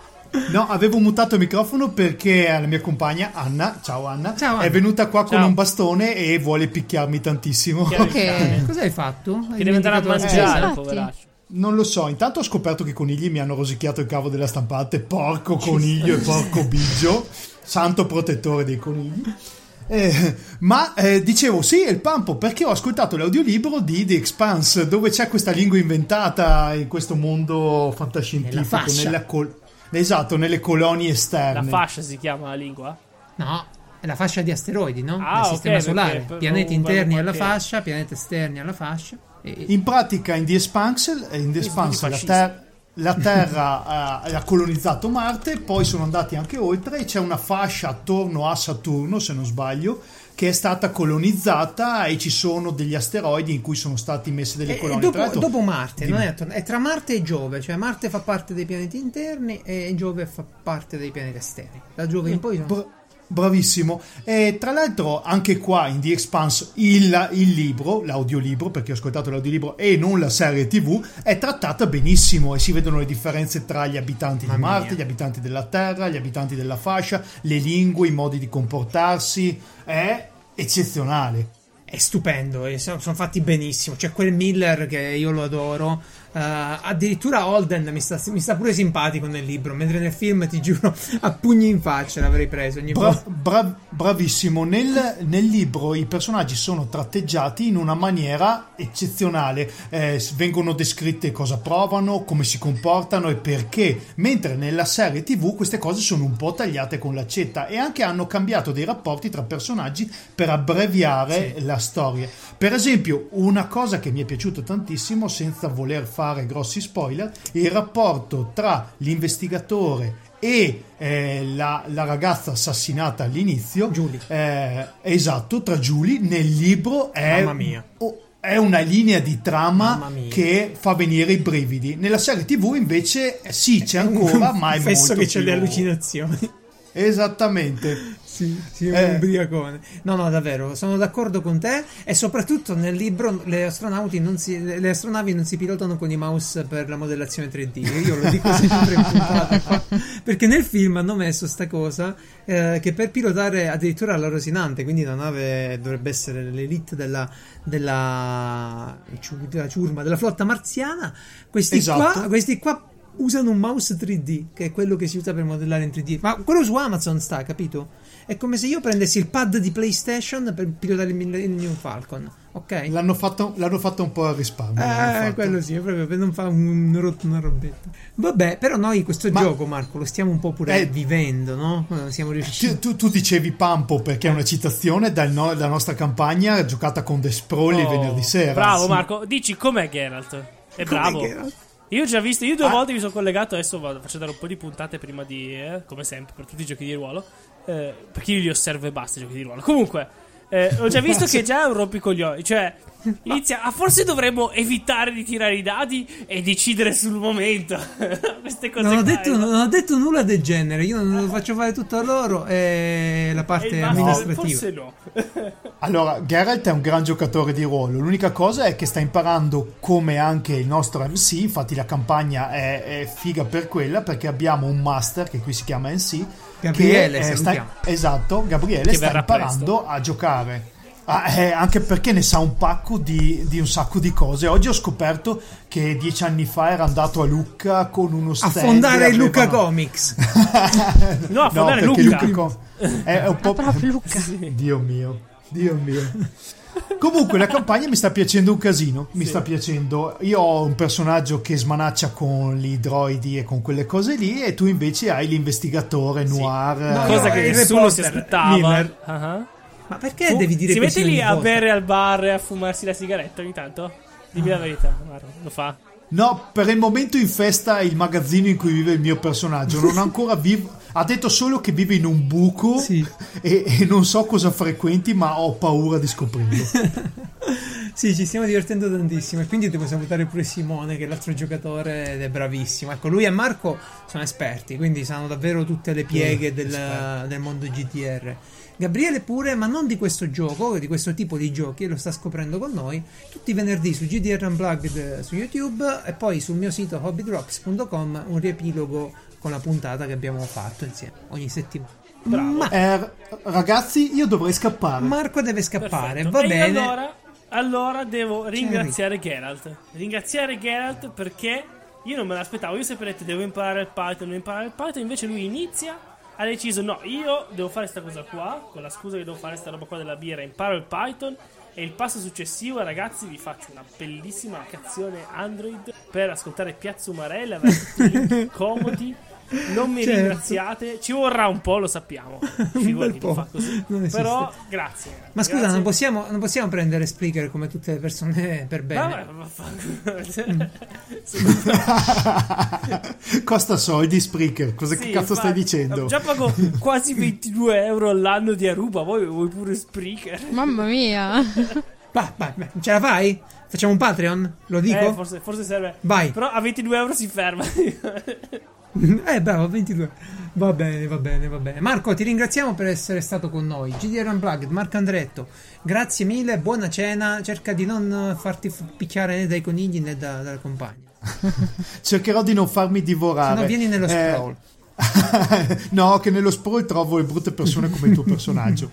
A: no avevo mutato il microfono perché la mia compagna Anna ciao Anna
B: Ciao, Anna.
A: è venuta qua con
C: Ciao.
A: un bastone e vuole picchiarmi <laughs> tantissimo
C: Chiaro il
D: Ok.
C: cane.
B: Eh, Cosa hai fatto? Hai
C: Eh. Che deve andare a
B: dimenticato la
C: mangiare,
D: Eh,
C: poveraccio.
A: non lo so intanto ho scoperto che i conigli mi hanno rosicchiato il cavo della stampante porco coniglio e porco biggio santo protettore dei conigli Eh, ma eh, dicevo sì è il pampo perché ho ascoltato l'audiolibro di The Expanse dove c'è questa lingua inventata in questo mondo
B: Nella
A: fantascientifico
B: fascia.
A: col- esatto nelle colonie
C: La
A: esterne
C: fascia si chiama la lingua?
B: No, è la fascia di asteroidi, no?
C: Ah,
B: Del
C: ok,
B: sistema
C: perché
B: solare.
C: per-
B: Pianeti
C: non
B: interni
C: vedo
B: alla
C: perché.
B: fascia, pianeti esterni alla fascia. E-
A: in pratica in The Expanse, in The
C: Quindi
A: Expanse la,
C: fascisti.
A: ter- la Terra eh, ha colonizzato Marte, poi sono andati anche oltre e c'è una fascia attorno a Saturno, se non sbaglio, che è stata colonizzata e ci sono degli asteroidi in cui sono stati messe delle
B: E- e
A: colonie. Tra
B: dopo,
A: l'altro-
B: dopo Marte,
A: Dimmi.
B: non è, attorno- è tra Marte e Giove, cioè Marte fa parte dei pianeti interni e Giove fa parte dei pianeti esterni. Da Giove in poi sono-
A: Bra- bravissimo. E tra l'altro, anche qua in The Expanse, il, il libro, l'audiolibro, perché ho ascoltato l'audiolibro e non la serie TV, è trattata benissimo e si vedono le differenze tra gli abitanti di
B: Mamma
A: Marte,
B: mia.
A: gli abitanti della Terra, gli abitanti della fascia, le lingue, i modi di comportarsi. È eccezionale.
B: è stupendo, e so- sono, fatti benissimo. C'è quel Miller che io lo adoro. eh, addirittura Holden mi sta, mi sta pure simpatico nel libro, mentre nel film ti giuro <laughs> a pugni in faccia l'avrei preso ogni
A: Bra-
B: volta.
A: bra- bravissimo, nel, nel libro i personaggi sono tratteggiati in una maniera eccezionale, Eh, s- vengono descritte cosa provano, come si comportano e perché, mentre nella serie tv queste cose sono un po' tagliate con l'accetta e anche hanno cambiato dei rapporti tra personaggi per abbreviare la storia. Per esempio, una cosa che mi è piaciuta tantissimo, senza voler fare grossi spoiler, è il rapporto tra l'investigatore e eh, la, la ragazza assassinata all'inizio
B: Julie.
A: eh, esatto tra Julie nel libro è,
B: Mamma mia.
A: o- è una linea di
B: Mamma
A: trama
B: mia.
A: che fa venire i brividi nella serie tv invece eh, sì c'è
B: <laughs>
A: ancora ma è
B: Confesso
A: molto
B: che c'è
A: più-
B: le allucinazioni.
A: esattamente
B: Sì, sì,
A: Eh.
B: un ubriacone. No, no, davvero, sono d'accordo con te. E soprattutto nel libro le, astronauti non si, le astronavi non si pilotano con i mouse per la modellazione 3D. Io lo dico sempre in
A: <laughs>
B: puntata qua. Perché nel film hanno messo sta cosa eh, che per pilotare addirittura la Rosinante, quindi la nave dovrebbe essere l'elite della, della, ciu- della ciurma, della flotta marziana, questi
A: Esatto.
B: qua... Questi qua Usano un mouse 3D, che è quello che si usa per modellare in 3D. Ma quello su Amazon sta, capito? È come se io prendessi il pad di PlayStation per pilotare il Millennium Falcon, ok?
A: l'hanno fatto, l'hanno fatto un po' a risparmio l'hanno
B: Eh,
A: fatto.
B: quello sì, proprio per non fare un, un rotto una robetta. Vabbè, però noi questo
A: Ma-
B: gioco, Marco, lo stiamo un po' pure
A: Eh. Cioè,
B: vivendo, no? Eh, Siamo riusciti.
A: Tu, tu- tu dicevi Pampo perché è una citazione dal no- dalla nostra campagna giocata con The Sprawl il
C: Oh,
A: venerdì sera.
C: Bravo
A: Sì.
C: Marco, dici com'è Geralt? È bravo.
B: Geralt?
C: Io ho già visto, io due
A: Ah.
C: volte mi sono collegato, adesso vado, faccio dare un po' di puntate prima di, eh, come sempre, per tutti i giochi di ruolo, eh, perché io li osservo e basta i giochi di ruolo. Comunque, eh, ho
A: <laughs>
C: già visto che già è un rompicoglioni, cioè, inizia, ah, forse dovremmo evitare di tirare i dadi e decidere sul momento. <laughs> Queste cose
B: Non ho,
C: qua,
B: detto,
C: eh.
B: non ho detto nulla del genere, io non lo faccio fare tutto a loro e la
C: E il
B: parte
C: master-
B: amministrativa.
C: Forse no. <laughs>
A: Allora, Geralt è un gran giocatore di ruolo. L'unica cosa è che sta imparando come anche il nostro MC. Infatti, la campagna è, è figa per quella perché abbiamo un master che qui si chiama MC.
B: Gabriele,
A: che, eh, sta,
B: salutiamo.
A: esatto, Gabriele
C: Che
A: sta
C: verrà
A: imparando a giocare. Ah, eh, anche perché ne sa un pacco di, di un sacco di cose. Oggi ho scoperto che dieci anni fa era andato a Lucca con uno stand e
B: Affondare il Luca
A: avevano-
B: Comics.
C: No, affondare
A: perché
C: Lucca.
A: Com- è un po'
D: Ah, proprio
A: <laughs>
D: Lucca.
A: Dio mio, Dio mio. Comunque la campagna mi sta piacendo un casino, mi sta piacendo. Io ho un personaggio che smanaccia con gli droidi e con quelle cose lì e tu invece hai l'investigatore noir.
B: No,
A: eh,
C: Cosa
B: io-
C: che
B: il
C: nessuno si
B: reporter,
C: aspettava.
B: Miller.
C: Ah.
B: Ma perché
C: Tu
B: devi dire
C: si
B: così
C: mette lì
B: ogni
C: a
B: volta?
C: bere al bar e a fumarsi la sigaretta ogni tanto? Dimmi la verità, Mario, lo fa.
A: No, per il momento in festa il magazzino in cui vive il mio personaggio. Non ha ancora vivo. Ha detto solo che vive in un buco
B: Sì.
A: e, e non so cosa frequenti, ma ho paura di scoprirlo.
B: Sì, ci stiamo divertendo tantissimo e quindi devo salutare pure Simone che è l'altro giocatore ed è bravissimo. Ecco, lui e Marco sono esperti, quindi sanno davvero tutte le pieghe del, del mondo GTR. Gabriele pure, ma non di questo gioco, di questo tipo di giochi, e lo sta scoprendo con noi tutti i venerdì su GDR Unplugged eh, su YouTube e poi sul mio sito hobbydrops.com un riepilogo con la puntata che abbiamo fatto insieme ogni settimana. <laughs> Ma
A: Eh, ragazzi, io dovrei scappare.
B: Marco deve scappare,
C: Perfetto.
B: va
C: e io
B: bene.
C: Allora, allora devo ringraziare Geralt. Ringraziare Geralt perché io non me l'aspettavo. Io sempre ho detto devo imparare il Python, devo imparare il Python. Invece lui inizia. Ha deciso no, io devo fare questa cosa qua. Con la scusa che devo fare questa roba qua della birra, imparo il Python. E il passo successivo, ragazzi, vi faccio una
B: <laughs>
C: bellissima applicazione Android per ascoltare Piazza Umarella. veramente comodi. Non mi
B: Certo.
C: ringraziate, ci vorrà un po', lo
B: <laughs>
C: sappiamo. Figurati,
B: po'.
C: fa così.
B: Non esiste.
C: Però, grazie.
B: Ma scusa,
C: Grazie.
B: non possiamo, non possiamo prendere Spreaker come tutte le persone per bene.
C: Vabbè, vaffanculo.
A: <laughs> Costa soldi, Spreaker. Cosa
C: Sì,
A: che cazzo stai
C: infatti.
A: dicendo?
C: Già pago quasi 22 euro all'anno di Aruba, voi vuoi pure Spreaker?
D: Mamma mia.
B: Va, vai, vai. ce la fai? Facciamo un Patreon? Lo dico?
C: Eh, forse, forse serve.
B: Vai.
C: Però a 22 euro si ferma. <laughs>
B: <laughs> Eh, bravo, 22. Va bene, va bene, va bene. Marco, ti ringraziamo per essere stato con noi. GDR Unplugged, Marco Andretto, grazie mille, buona cena. Cerca di non eh, farti f- picchiare né dai conigli né da- dalla compagna.
A: Cercherò di non farmi divorare. Eh,
B: Se no vieni nello sprawl.
A: <laughs> no, che nello sprawl trovo le brutte persone come il tuo personaggio.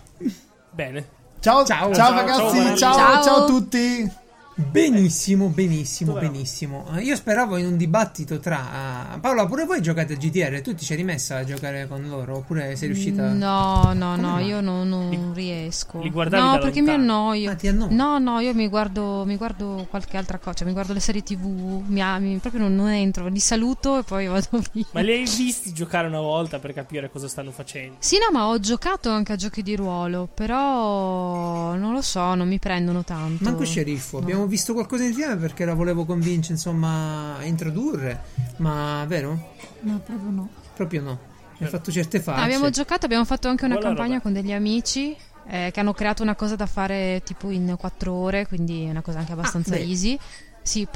C: Bene.
A: Ciao,
B: <laughs> Ciao.
A: ciao,
B: Ciao,
A: ragazzi,
C: ciao.
A: ciao, ciao,
D: Ciao.
A: a tutti.
B: Benissimo, benissimo,
C: Dov'era?
B: benissimo. Eh, Io speravo in un dibattito tra... ah, Paola, pure voi giocate a GDR? Tu ti sei rimessa a giocare con loro? Oppure sei riuscita...
D: No, no, no,
B: mai?
D: io non, non
C: Li-
D: riesco.
C: li guardavi
D: no,
C: da
D: perché mi
C: lontano?
D: annoio.
B: Ah, ti annoi?
D: No, no, io mi guardo, mi guardo qualche altra cosa, cioè mi guardo le serie TV, mi, a- mi- proprio non, non entro, li saluto e poi vado via.
C: Ma li hai visti giocare una volta per capire cosa stanno facendo?
D: Sì, no, ma ho giocato anche a giochi di ruolo, però non lo so, non mi prendono tanto.
B: Manco sceriffo, abbiamo visto qualcosa insieme perché la volevo convincere, insomma, a introdurre, ma vero?
F: No, proprio no.
B: Proprio no. Mi ha fatto certe
D: No,
B: facce.
D: Certo. abbiamo giocato, abbiamo fatto anche una
C: Buona
D: campagna
C: roba.
D: con degli amici eh, che hanno creato una cosa da fare tipo in quattro ore, quindi è una cosa anche abbastanza
B: beh.
D: easy. Sì,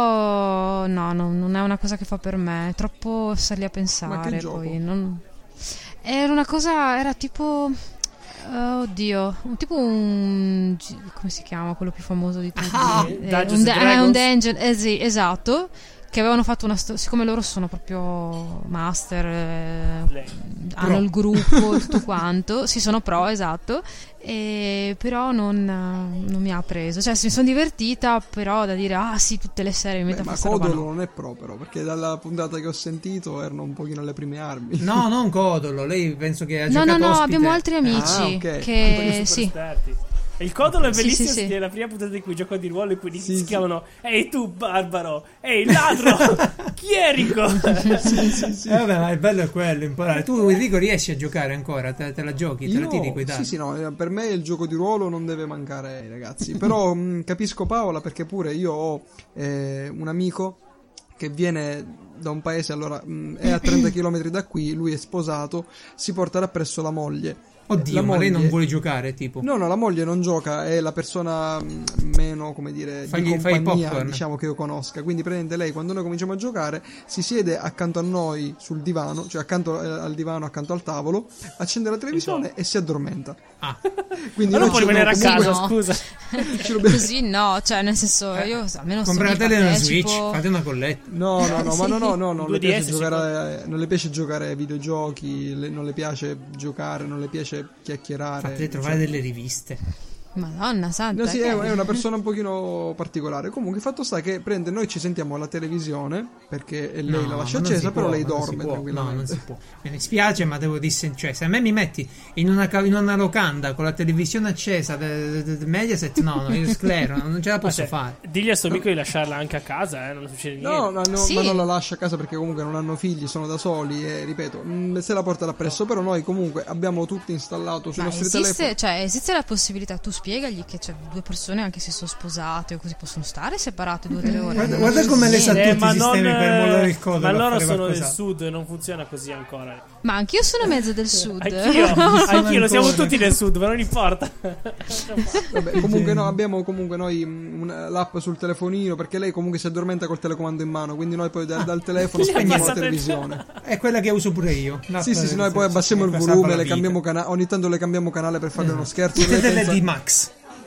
D: però no, no, non è una cosa che fa per me, è troppo stare lì a pensare.
E: gioco?
D: Poi, non- Era una cosa, era tipo... eh, oddio, un- tipo un... gi- come si chiama quello più famoso di tutti?
B: Ah,
D: Eh,
C: Dungeons
D: un,
C: and
D: eh, un
C: Dragons?
D: dungeon, eh sì, esatto, che avevano fatto una... sto- siccome loro sono proprio master... eh,
C: Lei.
D: hanno il gruppo e tutto quanto. Sì, sono pro, esatto. E però non, eh, non mi ha preso. Cioè, mi sono divertita, però da dire, ah sì, tutte le serie mi metto
E: Beh,
D: a
E: ma
D: fare sta roba,
E: Codolo
D: no.
E: non è pro però, perché dalla puntata che ho sentito erano un pochino alle prime armi.
B: No, non Codolo, lei penso che ha
D: No,
B: giocato
D: no, no,
B: ospite.
D: abbiamo altri amici
E: Ah, ok.
D: che
C: Super
D: Eh, sì.
C: esperti. E il codolo è
D: Sì,
C: bellissimo
D: sì, sì.
C: è la prima puntata di cui gioco di ruolo in cui
E: Sì,
C: si
E: sì.
C: chiamano Ehi tu barbaro, ehi ladro, chierico.
B: Eh, vabbè, ma il bello è quello, imparare. Tu, Enrico, riesci a giocare ancora? Te, te la giochi? Te la tiri quei dati?
E: sì, sì, no, eh, per me il gioco di ruolo non deve mancare ai
B: <laughs>
E: ragazzi. Però mh, capisco Paola perché pure io ho eh, un amico che viene da un paese, allora mh, è
B: <laughs>
E: a 30 km da qui, lui è sposato, si porterà presso la moglie.
B: Oddio,
E: La
B: ma lei non
E: moglie-
B: vuole giocare, tipo.
E: No, no, la moglie non gioca, è la persona mh, meno, come dire,
B: Fagli-
E: di
B: fai i
E: compagnia,
B: popcorn.
E: diciamo, che io conosca. Quindi prende lei, quando noi cominciamo a giocare, si siede accanto a noi sul divano, cioè accanto eh, al divano, accanto al tavolo, accende la televisione e si addormenta.
B: Ah.
E: <laughs> Quindi
C: Ma non
E: noi
C: può
E: ci
C: rimanere
E: dobbiamo
C: a
E: comunque-
C: casa,
D: no.
C: scusa.
D: <laughs>
E: ci dobbiamo-
D: Così no, cioè nel senso
E: Eh,
D: io almeno sono lì,
B: Compratele una
D: partecipo.
B: Switch, fate una colletta.
E: No, no, no, ma no, no, no, non le,
C: 2DS
E: piace
C: ci
E: giocare, eh, non le piace giocare ai videogiochi, le- non le piace giocare, non le piace chiacchierare.
B: Fatele
E: diciamo.
B: trovare delle riviste.
D: Madonna santa.
E: No, sì, eh,
D: che- cioè,
E: è, è una persona un pochino particolare. Comunque, fatto sta che prende, noi ci sentiamo alla televisione perché lei
B: No,
E: la lascia
B: ma non
E: accesa,
B: si
E: però
B: può,
E: lei
B: ma non si
E: dorme
B: può, No, non
E: tranquillamente.
B: si può. Mi dispiace, ma devo dire, cioè, se a me mi metti in una, ca- in una locanda con la televisione accesa, de- de- de- de- Mediaset, no, no, io sclero, non ce la posso
C: Cioè,
B: fare.
C: digli al suo amico di lasciarla anche a casa, eh, non succede niente.
E: No, no, no,
D: Sì.
E: ma non la lascia a casa perché comunque non hanno figli, sono da soli e ripeto, mh, se la porterà presso, però noi comunque abbiamo tutto installato sui
D: Ma
E: nostri
D: esiste,
E: telefoni.
D: cioè, esiste la possibilità, tu spiegagli che c'è due persone anche se sono sposate o così possono stare separate due o
E: Eh,
D: tre ore.
B: Guarda,
D: Non
B: guarda
D: c'è
B: come le
D: niente.
B: sa tutti
C: Eh,
B: i
C: ma non,
B: sistemi per mollare il
C: eh,
B: codolo
C: ma
B: a
C: loro
B: fare
C: sono del
B: qualcos'altro.
C: sud, non funziona
D: <laughs>
C: così ancora.
D: Ma anch'io sono mezzo del sud.
C: Anch'io, anch'io, lo siamo
B: ancora.
C: tutti del sud, ma non importa.
E: Vabbè, comunque no, abbiamo comunque noi mh, una- l'app sul telefonino perché lei comunque si addormenta col telecomando in mano, quindi noi poi da- dal telefono
C: Sì,
E: spegniamo la
C: passate-
E: televisione.
B: È quella che uso pure io. l'app
E: Sì, sì, sì, noi
B: del-
E: poi abbassiamo il
B: quella
E: volume,
B: salva la
E: le
B: vita. <laughs>
E: cambiamo canale, ogni tanto le cambiamo canale per farle uno scherzo.
B: Tutte
E: lei
B: delle
E: pensa-
B: di Max.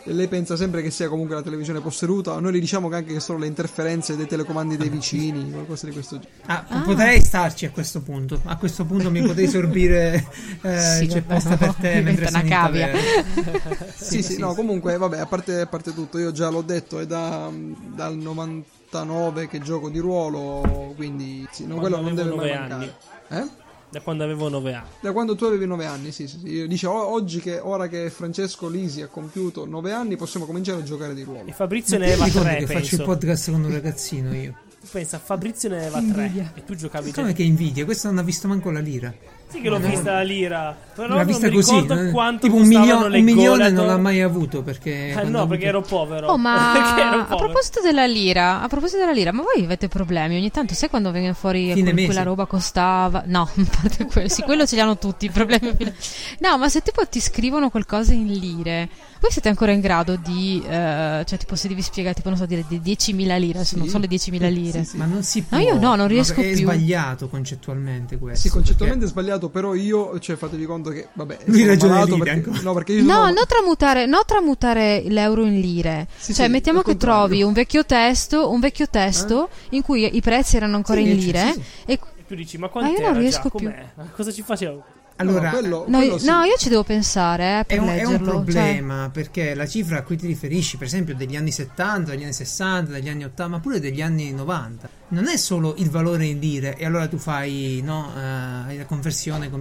E: E lei pensa sempre che sia comunque la televisione posseduta. Noi le diciamo che anche che sono le interferenze dei telecomandi dei vicini, qualcosa di questo genere.
B: Ah, potrei starci a questo punto. A questo punto mi potrei sorbire. Eh,
D: Sì,
B: c'è
D: vabbè,
B: posta
D: no,
B: per te
D: diventa
B: mentre
D: una
B: sono in
D: cavia.
B: taverna.
E: Sì, sì, no, comunque, vabbè, a parte, a parte tutto, io già l'ho detto, è da, mm, dal 99 che gioco di ruolo, quindi sì, no,
C: Quando
E: quello non deve
C: avevo
E: mai
C: nove
E: mancare. Eh?
C: Da quando avevo 9 anni.
E: Da quando tu avevi 9 anni, sì, sì, sì. Io Dice, "O- oggi che, ora che Francesco Lisi ha compiuto
C: Eh,
E: 9 anni, possiamo cominciare a giocare di ruolo.
C: E Fabrizio ne
B: Io
C: aveva
B: ricordo
C: 3,
B: che faccio
C: penso.
B: il podcast con un ragazzino io.
C: Tu pensa, Fabrizio ne aveva tre
F: Invidia.
C: e tu giocavi
B: Come
C: già.
B: che invidia, questo non ha visto manco la lira.
C: Sì che l'ho
B: No.
C: vista la lira, però
B: l'ha
C: non
B: vista
C: mi
B: così.
C: ricordo
B: eh.
C: quanto
B: tipo un,
C: costavano
B: milio-
C: le
B: un milione
C: golato.
B: non l'ha mai avuto perché...
C: Eh
B: quando ha
C: no,
B: avuto-
C: perché ero povero. <laughs>
D: Oh,
C: Perché ero
D: ma a
C: povero.
D: proposito della lira, a proposito della lira, ma voi avete problemi? Ogni tanto sai quando viene fuori
B: Fine
D: quel-
B: mese.
D: quella roba costava? No, <laughs> a parte quello, sì, quello ce li hanno tutti i problemi. No, ma se tipo ti scrivono qualcosa in lire, voi siete ancora in grado di eh, cioè tipo se devi spiegare tipo non so dire di 10.000 lire, se
E: Sì.
D: non sono le 10.000 lire.
E: Sì, sì.
B: Ma non si può.
D: No, io no, non
B: Ma
D: riesco
B: perché È
D: più.
B: sbagliato concettualmente questo.
E: Sì,
B: perché-
E: concettualmente è sbagliato, però io, cioè, fatevi conto che, vabbè,
B: Lui
E: sono
B: ragiona
E: malato
B: in lire
E: perché,
B: ancora.
E: No, perché io
D: No,
E: sono-
D: non tramutare, no tramutare l'euro in lire.
E: Sì,
D: cioè,
E: sì,
D: mettiamo
E: al
D: che
E: contrario. Eh?
D: trovi un vecchio testo, un vecchio testo in cui i prezzi erano ancora
B: Sì,
D: in
B: sì,
D: lire.
B: sì,
D: E...
C: E tu dici, ma
D: Ah, io
C: quant'era
D: non
C: già?
D: riesco più.
C: Com'è? Ma Cosa ci facevo?
B: Allora,
E: no, quello,
D: No,
E: quello
D: io,
E: sì.
D: no, io ci devo pensare eh,
B: È
D: per
B: un, è un
D: leggerlo. cioè-
B: problema perché la cifra a cui ti riferisci, per esempio, degli anni 70, degli anni 60, degli anni 80, ma pure degli anni 90, non è solo il valore in lire e allora tu fai no, eh, la conversione con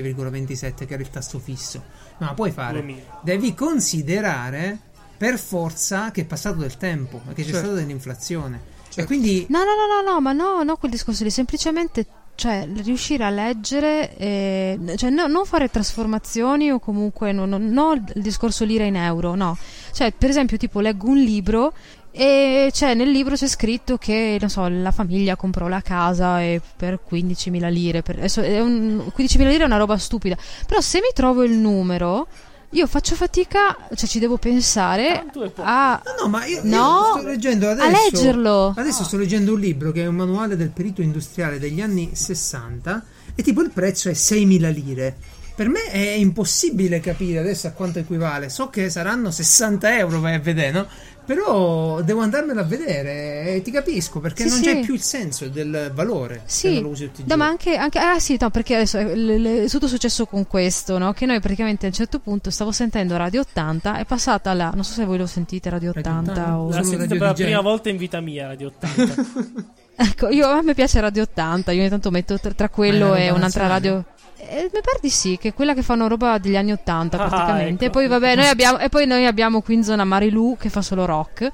B: 1936,27 che era il tasso fisso. No, ma puoi fare.
C: 2000.
B: Devi considerare per forza che è passato del tempo e che c'è
E: Certo.
B: stata dell'inflazione. E
E: Certo.
B: quindi
D: No, no, no, no, no, ma no, no, quel discorso lì. Semplicemente, cioè, riuscire a leggere, eh, cioè, no- non fare trasformazioni o comunque, no, no- no il discorso lira in euro, no. Cioè, per esempio, tipo, leggo un libro e cioè, nel libro c'è scritto che, non so, la famiglia comprò la casa e per 15.000 lire. Per, adesso è un- 15.000 lire è una roba stupida. Però se mi trovo il numero, io faccio fatica, cioè, ci devo pensare
C: Tanto è poco.
D: a...
B: No, no, ma io,
D: No,
B: io sto leggendo adesso.
D: a leggerlo.
B: Adesso sto leggendo un libro che è un manuale del perito industriale degli anni 60 e tipo il prezzo è 6.000 lire. Per me è impossibile capire adesso a quanto equivale. So che saranno 60 euro, vai a vedere, no? Però devo andarmelo a vedere e ti capisco perché
D: Sì,
B: non
D: sì.
B: c'è più il senso del valore. se
D: Sì,
B: non lo usi tutti i
D: no, ma
B: giorni.
D: anche, anche- Ah, sì, no, perché adesso eh, le- le- è tutto successo con questo, no? Che noi praticamente a un certo punto stavo sentendo Radio 80, è passata la. Non so se voi lo sentite, Radio
B: Radio
D: 80,
B: 80.
D: o.
C: L'ho
B: Solo
C: sentita
B: Radio
C: per la
B: DJ.
C: prima volta in vita mia, Radio 80.
D: Ecco, io, a me piace Radio 80, io ogni tanto metto tra, tra quello
B: Ma è
D: e
B: roba
D: un'altra
B: nazionale?
D: radio. Eh, mi pare di sì, che è quella che fanno roba degli anni 80
C: Ah,
D: praticamente.
C: ecco.
D: E poi, vabbè, noi abbiamo, e poi noi abbiamo qui in zona Marilu che fa solo rock.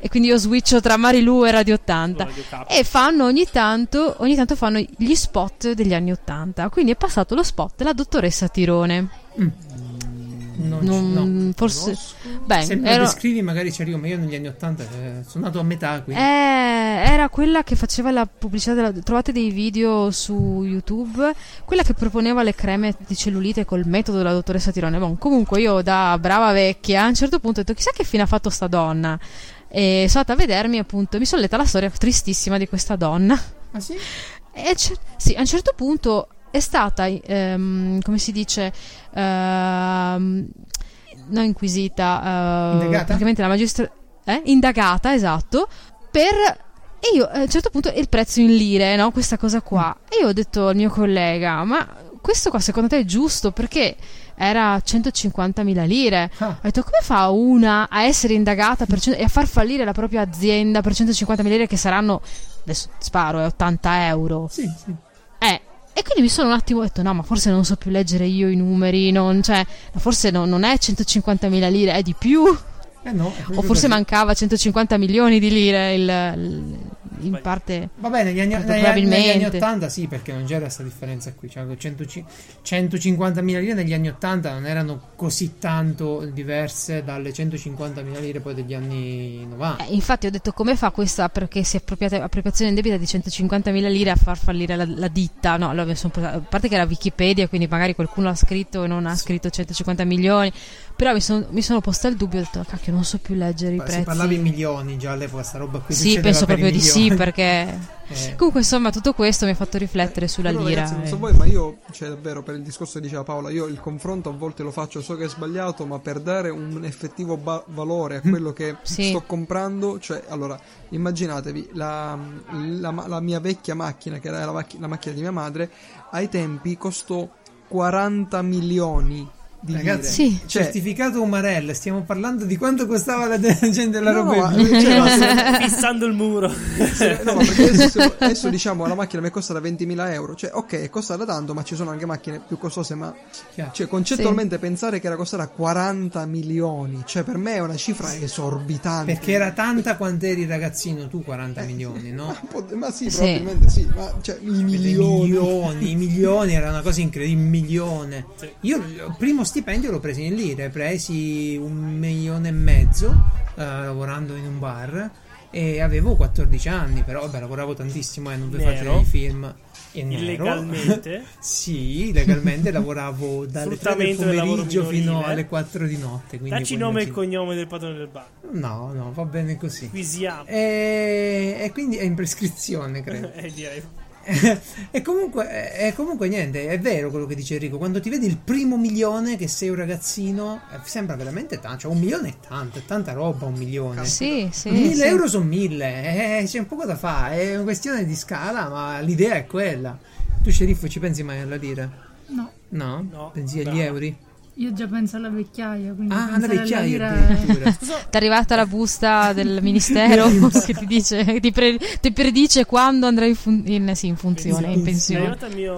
D: E quindi io switcho tra Marilu e Radio 80.
C: Radio K.
D: E fanno ogni tanto, ogni tanto fanno gli spot degli anni Ottanta. Quindi è passato lo spot della dottoressa Tirone.
B: Non,
D: Non-
B: no.
D: Mm, forse-
B: No. Se
D: Beh,
B: me lo
D: ero-
B: descrivi magari ci arrivo, ma io negli anni 80 eh, sono nato a metà,
D: eh,
B: quindi...
D: era quella che faceva la pubblicità. Della, trovate dei video su YouTube. Quella che proponeva le creme di cellulite col metodo della dottoressa Tirone. Bon, comunque, io da brava vecchia a un certo punto ho detto: chissà che fine ha fatto sta donna. E sono andata a vedermi, appunto, mi sono letta la storia tristissima di questa donna.
B: Ah sì?
D: E ce- sì, a un certo punto è stata, ehm, come si dice, ehm, non inquisita, eh,
B: Indagata?
D: praticamente la magistratura, indagata, esatto, per... E io eh, a un certo punto il prezzo in lire, no? Questa cosa qua. E io ho detto al mio collega, ma questo qua secondo te è giusto? Perché era 150.000 lire.
B: Ah.
D: Ho detto, come fa una a essere indagata per cento- e a far fallire la propria azienda per 150.000 lire che saranno, adesso sparo, è 80 euro?
B: Sì, sì.
D: Eh, e quindi mi sono un attimo detto, no, ma forse non so più leggere io i numeri, non, cioè, forse no- non è 150.000 lire, è di più.
B: Eh no, è proprio
D: O forse
B: così.
D: mancava 150 milioni di lire il- il- in parte...
B: Vabbè, negli anni,
D: Tanto
B: negli-
D: probabilmente.
B: negli anni 80 sì, perché non c'era questa differenza qui. Cioè, 150.000 lire negli anni 80 non erano così tanto diverse dalle 150.000 lire poi degli anni 90.
D: Eh, infatti ho detto come fa questa perché si è appropriata appropriazione indebita di 150.000 lire a far fallire la, la ditta no allora mi sono presa- a parte che era Wikipedia quindi magari qualcuno l'ha scritto e non ha scritto 150 milioni però mi, son- mi sono posta il dubbio ho detto cacchio non so più leggere Eh, i
B: si
D: prezzi
B: parlava in milioni già all'epoca, sta roba qui.
D: sì
B: succedeva
D: penso
B: per i
D: proprio di sì
B: milioni.
D: perché
B: <laughs> Eh,
D: comunque insomma tutto questo mi ha fatto riflettere sulla
E: Però,
D: lira
E: ragazzi, non so
D: eh.
E: voi, ma io, cioè, davvero, per il discorso che diceva Paola, io il confronto a volte lo faccio, so che è sbagliato, ma per dare un effettivo ba- valore a quello che
D: Sì.
E: sto comprando, cioè, allora, immaginatevi, la, la ma- la mia vecchia macchina, che era la, macchi- la macchina di mia madre, ai tempi costò 40 milioni di
B: Ragazzi,
E: dire.
D: Sì.
E: Cioè-
B: certificato Umarell, stiamo parlando di quanto costava la detergente della
E: No, no,
B: roba.
E: ma- cioè, ma se-
C: fissando il muro.
E: <laughs> se- no, ma perché adesso, adesso, diciamo la macchina mi è costata 20.000 euro. Cioè, ok, è costata tanto, ma ci sono anche macchine più costose. Ma
B: Chiaro.
E: cioè, concettualmente pensare che era costata 40 milioni, cioè, per me è una cifra
B: <laughs>
E: esorbitante.
B: Perché era tanta quanto eri ragazzino, tu 40 milioni, no?
E: Ma, pot- ma sì,
D: Sì.
E: probabilmente sì, ma cioè, i milioni.
B: milioni, i milioni era una cosa incredibile, il milione.
C: Sì.
B: Io il primo stipendio l'ho preso in lire, presi un milione e mezzo eh, lavorando in un bar e avevo 14 anni, però vabbè, lavoravo tantissimo e non vi fate
C: Nero.
B: i film. E nero.
C: Illegalmente.
B: <laughs> sì, legalmente lavoravo dalle 3 del
C: Sfruttamento del lavoro
B: pomeriggio fino
C: minorile.
B: alle 4 di notte. quindi
C: Dacci
B: puoi
C: nome e
B: immaginare.
C: cognome del padrone del bar.
B: No, no, va bene così.
C: Quisiamo.
B: E, e quindi è in prescrizione, Eh,
C: <laughs>
B: credo.
C: Eh, direi.
B: <laughs> e, comunque, eh, e comunque niente, è vero quello che dice Enrico. Quando ti vedi il primo milione che sei un ragazzino, eh, sembra veramente tanto. Cioè, un milione è tanto, è tanta roba, un milione.
D: Sì, sì.
B: mille
D: sì.
B: euro sono mille, eh, c'è un poco da fare, è una questione di scala, ma l'idea è quella. Tu sceriffo ci pensi mai alla lira?
F: No,
B: No?
C: No,
B: Pensi agli
C: no.
B: euro?
F: io già penso alla vecchiaia, quindi
B: Ah, alla
F: pensare
B: vecchiaia
F: alla lira è-
B: addirittura.
D: Ti è arrivata la busta
B: <laughs>
D: del ministero che ti dice, che ti, pre- ti predice quando andrai in, fun- in- sì, in funzione, in
C: È
D: pensione.
C: arrivato il mio.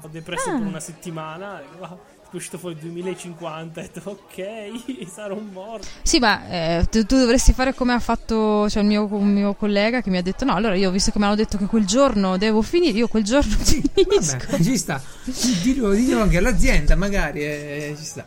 C: Ho depresso per una settimana. e Wow. È uscito fuori il 2050. Ho detto, ok, <laughs> sarò morto.
D: Sì, ma eh, tu, tu dovresti fare come ha fatto cioè, il mio, un mio collega che mi ha detto: No, allora io ho visto che mi hanno detto che quel giorno devo finire, io quel giorno <laughs> finisco.
B: Vabbè, ci sta. Dillo, dillo anche all'azienda, magari eh, ci sta.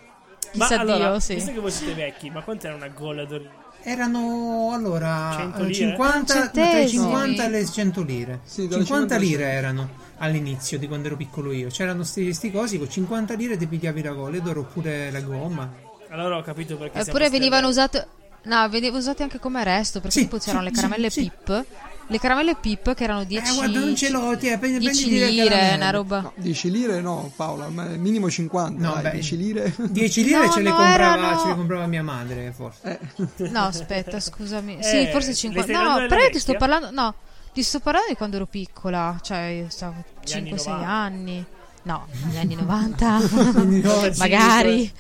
C: Ma
D: Chissà
C: allora,
D: Dio, sì.
C: visto che voi siete vecchi, ma quanto era una gola d'origine?
B: Erano allora
C: 100 lire?
B: 50, tra i
D: Ah, Centesimi.
B: 50 e le 100 lire.
E: Sì,
B: 50
E: dalle 50 alle
B: lire
E: 100.
B: erano all'inizio di quando ero piccolo io. C'erano sti, sti cosi con 50 lire ti pigliavi la goledor oppure la gomma. Eh,
C: Allora ho capito perché. siamo
D: Oppure
C: stati
D: venivano
C: all'estero.
D: usate. No, venivano usate anche come resto, perché
B: Sì,
D: poi c'erano
B: sì,
D: le caramelle
B: sì, sì.
D: Pip. Le caramelle Pip che erano 10
B: eh, guarda, non ce l'ho. Ti, prendi,
D: 10
B: prenditi le
D: lire,
B: caramelle.
D: una roba.
E: No, 10 lire no, Paola, ma minimo 50,
B: No,
E: dai,
B: beh.
E: 10 lire.
B: 10 lire
D: No,
B: ce, le
D: no,
B: comprava,
D: erano-
B: ce le comprava mia madre, forse.
E: Eh,
D: No, aspetta, scusami.
C: Eh,
D: sì, forse
C: le
D: 50.
C: stai dando
D: No,
C: alla
D: però io ti
C: vecchia?
D: sto parlando. No, ti sto parlando di quando ero piccola, cioè stavo
C: Gli anni
D: 5-6 anni,
C: 90.
D: No, negli anni
C: <laughs>
D: 90.
C: Cinque.
D: <laughs> Magari.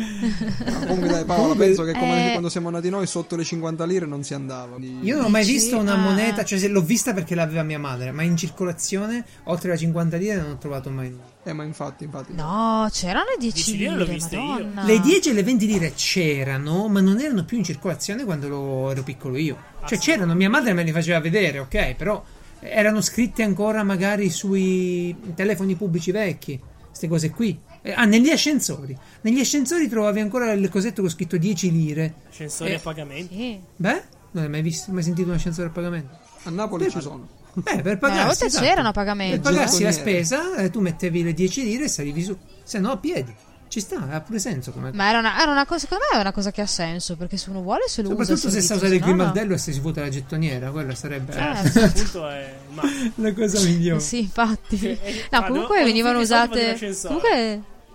E: no, comunque dai Paola, penso che come
D: Eh.
E: quando siamo nati noi sotto le 50 lire non si andava. quindi-
B: Io non ho mai
D: Dici?
B: visto una
D: Ah.
B: moneta, cioè se l'ho vista perché l'aveva mia madre, ma in circolazione oltre la 50 lire non ho trovato mai nulla.
E: Eh, ma infatti, infatti.
D: No, c'erano 10
C: 10 lire
D: lire,
C: l'ho viste io.
D: madonna.
B: Le 10 e le 20 lire c'erano, ma non erano più in circolazione quando lo- ero piccolo io.
D: Ah,
B: Cioè c'erano, mia madre me li faceva vedere, ok, però erano scritte ancora magari sui telefoni pubblici vecchi, queste cose qui. Eh, ah, negli ascensori. Negli ascensori trovavi ancora il cosetto con scritto 10 lire.
C: Ascensori
B: Eh,
C: a
D: <laughs>
C: pagamento.
D: Sì.
B: Beh, non hai mai, visto, mai sentito un ascensore a pagamento?
E: A Napoli ci sono.
B: Beh, per
D: Beh, a
B: pagarsi,
D: volte
B: esatto.
D: Eh, c'erano a
B: Per
D: pagamento.
B: pagarsi la
E: Gettoniere.
B: spesa, eh, tu mettevi le 10 lire e salivi su. Se no, a piedi. Ci sta, ha pure senso come
D: Ma era una, era una cosa, secondo me è una cosa che ha senso, perché se uno vuole se lo usa.
B: Soprattutto se
D: lo
B: sa
D: dice,
B: usare il
D: se no, no.
B: grimaldello e se si vuota la gettoniera, quella sarebbe
D: Eh,
C: Cioè, il punto è. Ma
B: <laughs> la cosa migliore.
D: Sì, infatti.
C: eh,
D: No,
C: vado-
D: comunque
C: vado
D: venivano
C: finché salgo
D: usate.
C: dall'ascensore.
D: Comunque.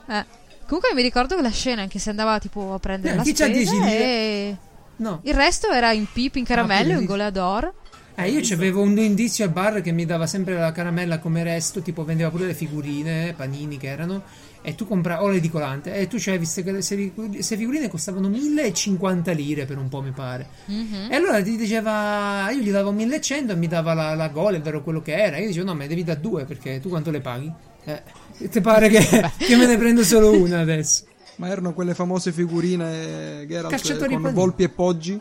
D: eh, comunque mi ricordo quella scena anche se andava tipo a prendere
B: Eh,
D: la
B: chi c'ha
D: spesa
B: 10 lire?
D: e
B: No.
D: il resto era in pip, in
B: Ah,
D: caramello,
B: quindi-
D: in golador.
B: Eh, io c'avevo un indizio al bar che mi dava sempre la caramella come resto, tipo vendeva pure le figurine, panini che erano, e tu compravi, o l'edicolante, e tu c'avevi queste figurine costavano 1050 lire per un po', mi pare.
D: Mhm.
B: E allora ti diceva, io gli davo 1100 e mi dava la, la gol, ed ero quello che era. Io dicevo, no, me ne devi da due perché tu quanto le paghi? Eh, ti pare
D: <laughs>
B: che, che me ne prendo solo una adesso?
E: Ma erano quelle famose figurine che erano
B: Cacciatori
E: con
B: panini.
E: Volpi e Poggi.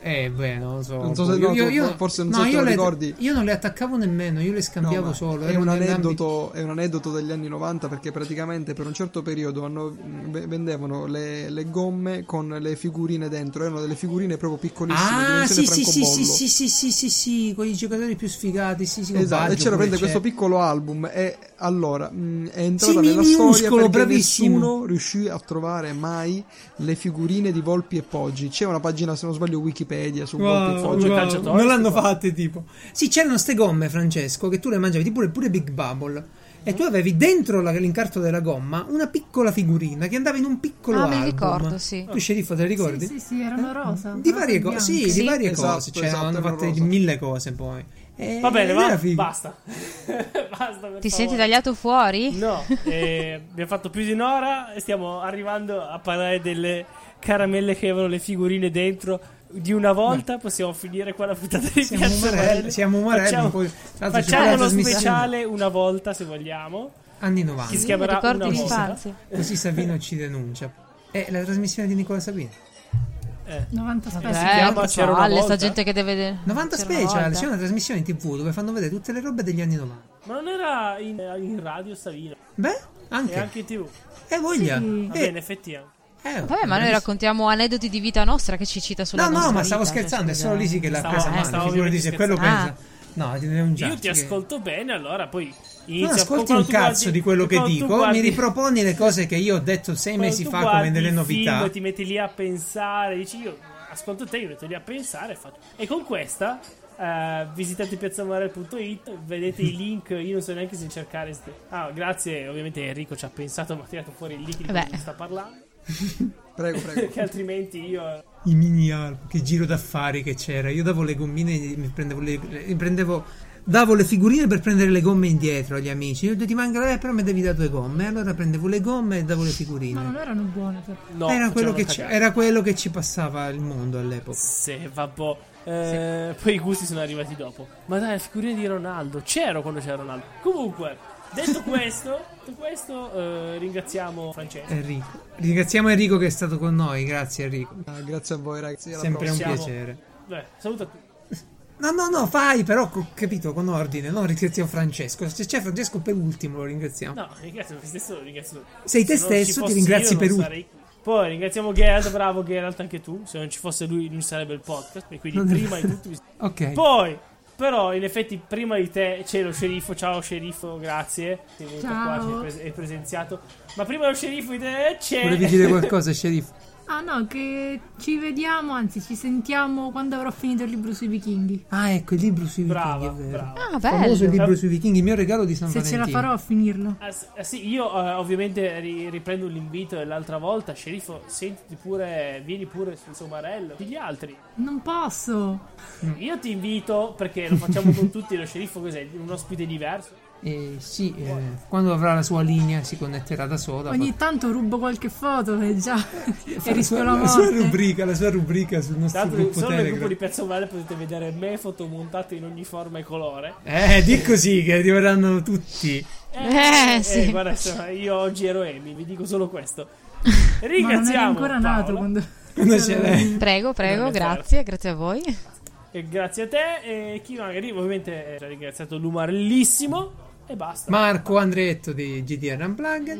B: Eh, beh, non lo so.
E: Non so se- no, tu forse non so se te
B: io
E: lo
B: le-
E: ricordi.
B: Io non le attaccavo nemmeno, io le scambiavo
E: No, ma
B: solo.
E: È
B: erano
E: un,
B: nell'ambito-
E: aneddoto, è un aneddoto degli anni 90 perché praticamente per un certo periodo hanno- mh, ve- vendevano le, le gomme con le figurine dentro. Erano delle figurine proprio piccolissime. di
B: Ah, sì, sì,
E: dimensione
B: sì, sì,
E: francobollo.
B: sì, sì, sì, sì, sì, con i giocatori più sfigati, sì, sì. con
E: Esatto,
B: Baggio
E: e c'era
B: pure cioè.
E: prende questo
B: c'è.
E: piccolo album e allora mh, è entrata
B: Sì,
E: nella
B: minuscolo,
E: storia perché
B: bravissimo.
E: nessuno riuscì a trovare mai le figurine di Volpi e Poggi. C'è una pagina, se non sbaglio, Wikipedia su Volpi e
B: Wow,
E: Poggi.
C: Oggi
B: wow,
C: calciatore,
B: non l'hanno
C: sti qua.
B: fatte tipo. Sì, c'erano ste gomme, Francesco, che tu le mangiavi, tipo pure Big Bubble. E tu avevi dentro la- l'incarto della gomma una piccola figurina che andava in un piccolo
D: Ah, me
B: album.
D: la ricordo, sì.
B: Tu sceriffo te la ricordi?
F: Sì, sì, sì, erano rosa.
B: di
F: rosa e
B: varie cose,
F: bianca.
B: sì, di
D: Sì.
B: varie
E: Esatto,
B: cose, cioè
E: esatto,
B: hanno
E: erano
B: fatto di
E: rosa.
B: mille cose poi. E
F: Eh,
C: Va bene,
F: ed
C: va,
F: era figo.
C: basta.
D: Ti
C: <laughs> basta per favore.
D: senti tagliato fuori?
C: No, eh, abbiamo fatto più di un'ora e stiamo arrivando a parlare delle caramelle che avevano le figurine dentro. Di una volta possiamo finire qua la puntata di
B: Siamo
C: Piazza
B: Morelli,
C: Morelli.
B: siamo Morelli,
C: Facciamo,
B: poi, tra l'altro, ci
C: facciamo
B: vuole la
C: uno
B: trasmissione.
C: speciale una volta se vogliamo.
B: Anni 90.
C: Chi si
D: Sì,
C: chiamerà
D: ricordi
C: una volta.
D: l'infanzia.
B: Così Savino ci denuncia. È la trasmissione di Nicola Sabino.
F: 90
D: Beh,
F: special.
C: chiama
D: che
C: C'era una
D: palle, sta
C: volta?
D: gente che deve vedere.
B: 90
D: C'era una
B: Special,
D: volta.
B: c'è una trasmissione in tv dove fanno vedere tutte le robe degli anni 90.
C: Ma non era in, in radio Savino,
B: Beh, anche.
C: e anche in tv.
B: E voglia.
F: Sì.
C: Va
B: Eh,
C: bene, effetti anche.
B: eh,
D: Vabbè, ma noi raccontiamo aneddoti di vita nostra che ci cita sulla
B: No,
D: nostra
B: no, ma stavo
D: vita, cioè,
B: scherzando, è
D: scusa.
B: solo Lisi che l'ha
C: Stavo-
B: presa
D: eh,
B: male.
C: stavo
B: Figurati se quello
C: scherzando.
B: pensa. No, è un
C: Io ti
B: giaccio che-
C: ascolto bene, allora poi
B: Non
C: inizia
B: ascolti
C: quando
B: un
C: tu
B: cazzo
C: guardi-
B: di quello che
C: quando tu
B: dico,
C: guardi-
B: mi riproponi le cose che io ho detto sei
C: quando
B: mesi
C: tu
B: fa
C: guardi
B: come delle
C: il
B: novità.
C: Film, ti metti lì a pensare, dici io ascolto te, io metto lì a pensare e faccio. E con questa eh, visitate piazzamare.it, vedete i link, io non so neanche se cercare. ste- Ah, grazie, ovviamente Enrico ci ha pensato, ma ha tirato fuori il link di cui
D: Vabbè.
C: non sta parlando,
E: Prego, prego.
C: perché altrimenti io
B: I mini arco, che giro d'affari che c'era. Io davo le gommine, mi prendevo le, le- prendevo- davo le figurine per prendere le gomme indietro agli amici. Io ho detto, ti manca, eh, però mi devi dare due gomme. Allora prendevo le gomme e davo le figurine.
F: Ma non erano buone però.
C: no,
B: era, quello
C: facevano
B: che ci-
C: cagare.
B: era quello che ci passava il mondo all'epoca.
C: Se vabbò. Eh, Poi i gusti sono arrivati dopo. Ma dai, la figurina di Ronaldo. C'ero quando c'era Ronaldo. Comunque, detto questo, detto questo eh, ringraziamo
B: Eh.
C: Francesco.
B: Enrico. Ringraziamo Enrico che è stato con noi, grazie Enrico.
E: Ah, grazie a voi, ragazzi. alla
B: Sempre un
E: prossima.
C: Siamo-
B: piacere.
C: Beh, saluta tutti.
B: No, no, no, fai però, co- capito, con ordine, non ringraziamo Francesco. Se c'è Francesco per ultimo lo ringraziamo.
C: No, ringrazio me stesso, ringrazio.
B: Sei te
C: Se non ci
B: stesso, ti
C: fossi
B: ringrazi
C: io, non
B: per ultimo.
C: sarei qui. Poi ringraziamo Geralt, bravo Geralt anche tu. Se non ci fosse lui non ci sarebbe il podcast. E quindi
B: Non-
C: prima di
B: <laughs>
C: tutto... bis-
B: Ok.
C: Poi, però, in effetti, prima di te c'è lo sceriffo. Ciao sceriffo, grazie. Sei venuto qua,
F: Ciao.
C: ci hai pres- hai presenziato. Ma prima lo sceriffo di te c'è...
B: Volevi dire qualcosa, sceriffo?
F: Ah no, che ci vediamo, anzi ci sentiamo quando avrò finito il libro sui vichinghi.
B: Ah, ecco, il libro sui
C: Brava,
B: vichinghi, è vero.
C: brava.
D: Ah,
B: Famoso il
D: bello.
B: libro sui vichinghi, il mio regalo di San
F: Se ce
B: Valentino.
F: la farò a finirlo.
C: Ah, s- ah, sì, io eh, ovviamente ri- riprendo l'invito dell'altra volta. Sceriffo, sentiti pure, vieni pure sul somarello. Tutti gli altri.
F: Non posso.
C: Io ti invito perché lo facciamo con tutti. Lo sceriffo cos'è? Un ospite diverso.
B: Eh, sì, eh, quando avrà la sua linea si connetterà da sola.
F: Ogni tanto rubo qualche foto e già e
B: Fa la,
F: rischio
B: sua,
F: la
B: la sua
F: morte.
B: rubrica, la sua rubrica sul nostro
C: Tanto
B: gruppo
C: solo nel gruppo
B: Telegram.
C: di Piazza Male potete vedere me fotomontato in ogni forma e colore.
B: Eh, di così che arriveranno tutti.
D: Eh, sì.
C: guarda, insomma, io oggi ero Emi, vi dico solo questo.
F: Ma non era
C: Ringraziamo
F: ancora nato
C: Paola,
F: quando...
B: Non ce l'è.
D: Prego, prego,
C: Non è vero.
D: grazie, grazie a voi.
C: e grazie a te e chi magari ovviamente eh, ci ha ringraziato Lumarlissimo e basta.
B: Marco Andretto di GDR Unplugged.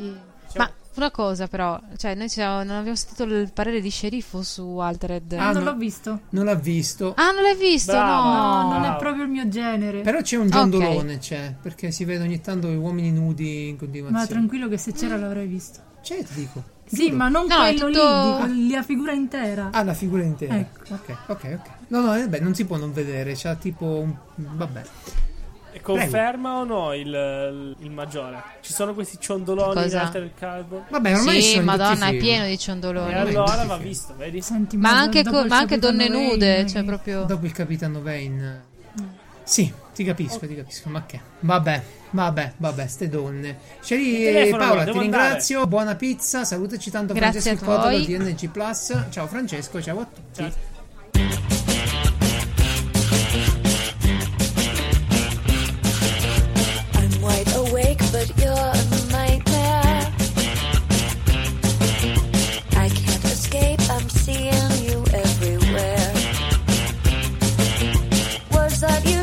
D: Ma Cioè, una cosa però, cioè noi ci- non abbiamo sentito il parere di sceriffo su Altered.
B: Ah,
D: Ah,
F: non
B: no.
F: l'ho visto.
B: Non l'ha visto.
D: non l'hai visto?
C: Brava.
F: No,
D: No.
F: non
C: Wow.
F: è proprio il mio genere.
B: Però c'è un giondolone, c'è, perché si vede ogni tanto gli uomini nudi in
F: Ma
B: continuazione.
F: tranquillo che se c'era l'avrei visto.
B: c'è, ti dico.
F: Sì, ma non
D: No, è
F: quello
D: tutto-
F: lì, dico, la figura intera.
B: Ah, la figura intera.
F: Ecco.
B: Ok, ok, ok. No, no, eh, beh, non si può non vedere, c'ha tipo un... vabbè.
C: E Conferma o no il, il maggiore? Ci sono questi ciondoloni
D: Cosa?
C: in alta del calvo?
B: Vabbè, ormai
D: sì,
B: sono in
D: madonna,
B: tutti
D: è
B: i
D: pieno
B: film.
D: di
C: E
D: ciondoloni.
C: allora
B: sì,
C: va
B: sì.
C: visto, vedi?
F: Senti,
D: Ma anche,
F: dopo
D: co-
F: il
D: ma anche
F: Capitano
D: donne
F: Wayne,
D: nude,
F: eh,
D: cioè proprio...
B: Dopo il capitano Vane. Mm. Sì, ti capisco, ti capisco, ma che. Vabbè, vabbè, vabbè, ste donne.
C: Il
B: Ceri,
C: telefono,
B: Paola, ti
C: devo andare.
B: ringrazio, buona pizza, salutaci tanto
D: Grazie
B: Francesco
D: a
B: Cotolo
D: voi.
B: di NG Plus. Ciao Francesco, ciao a tutti.
C: Ciao.
H: I'm wide awake, but you're a nightmare. I can't escape, I'm seeing you everywhere. Was that you Oh,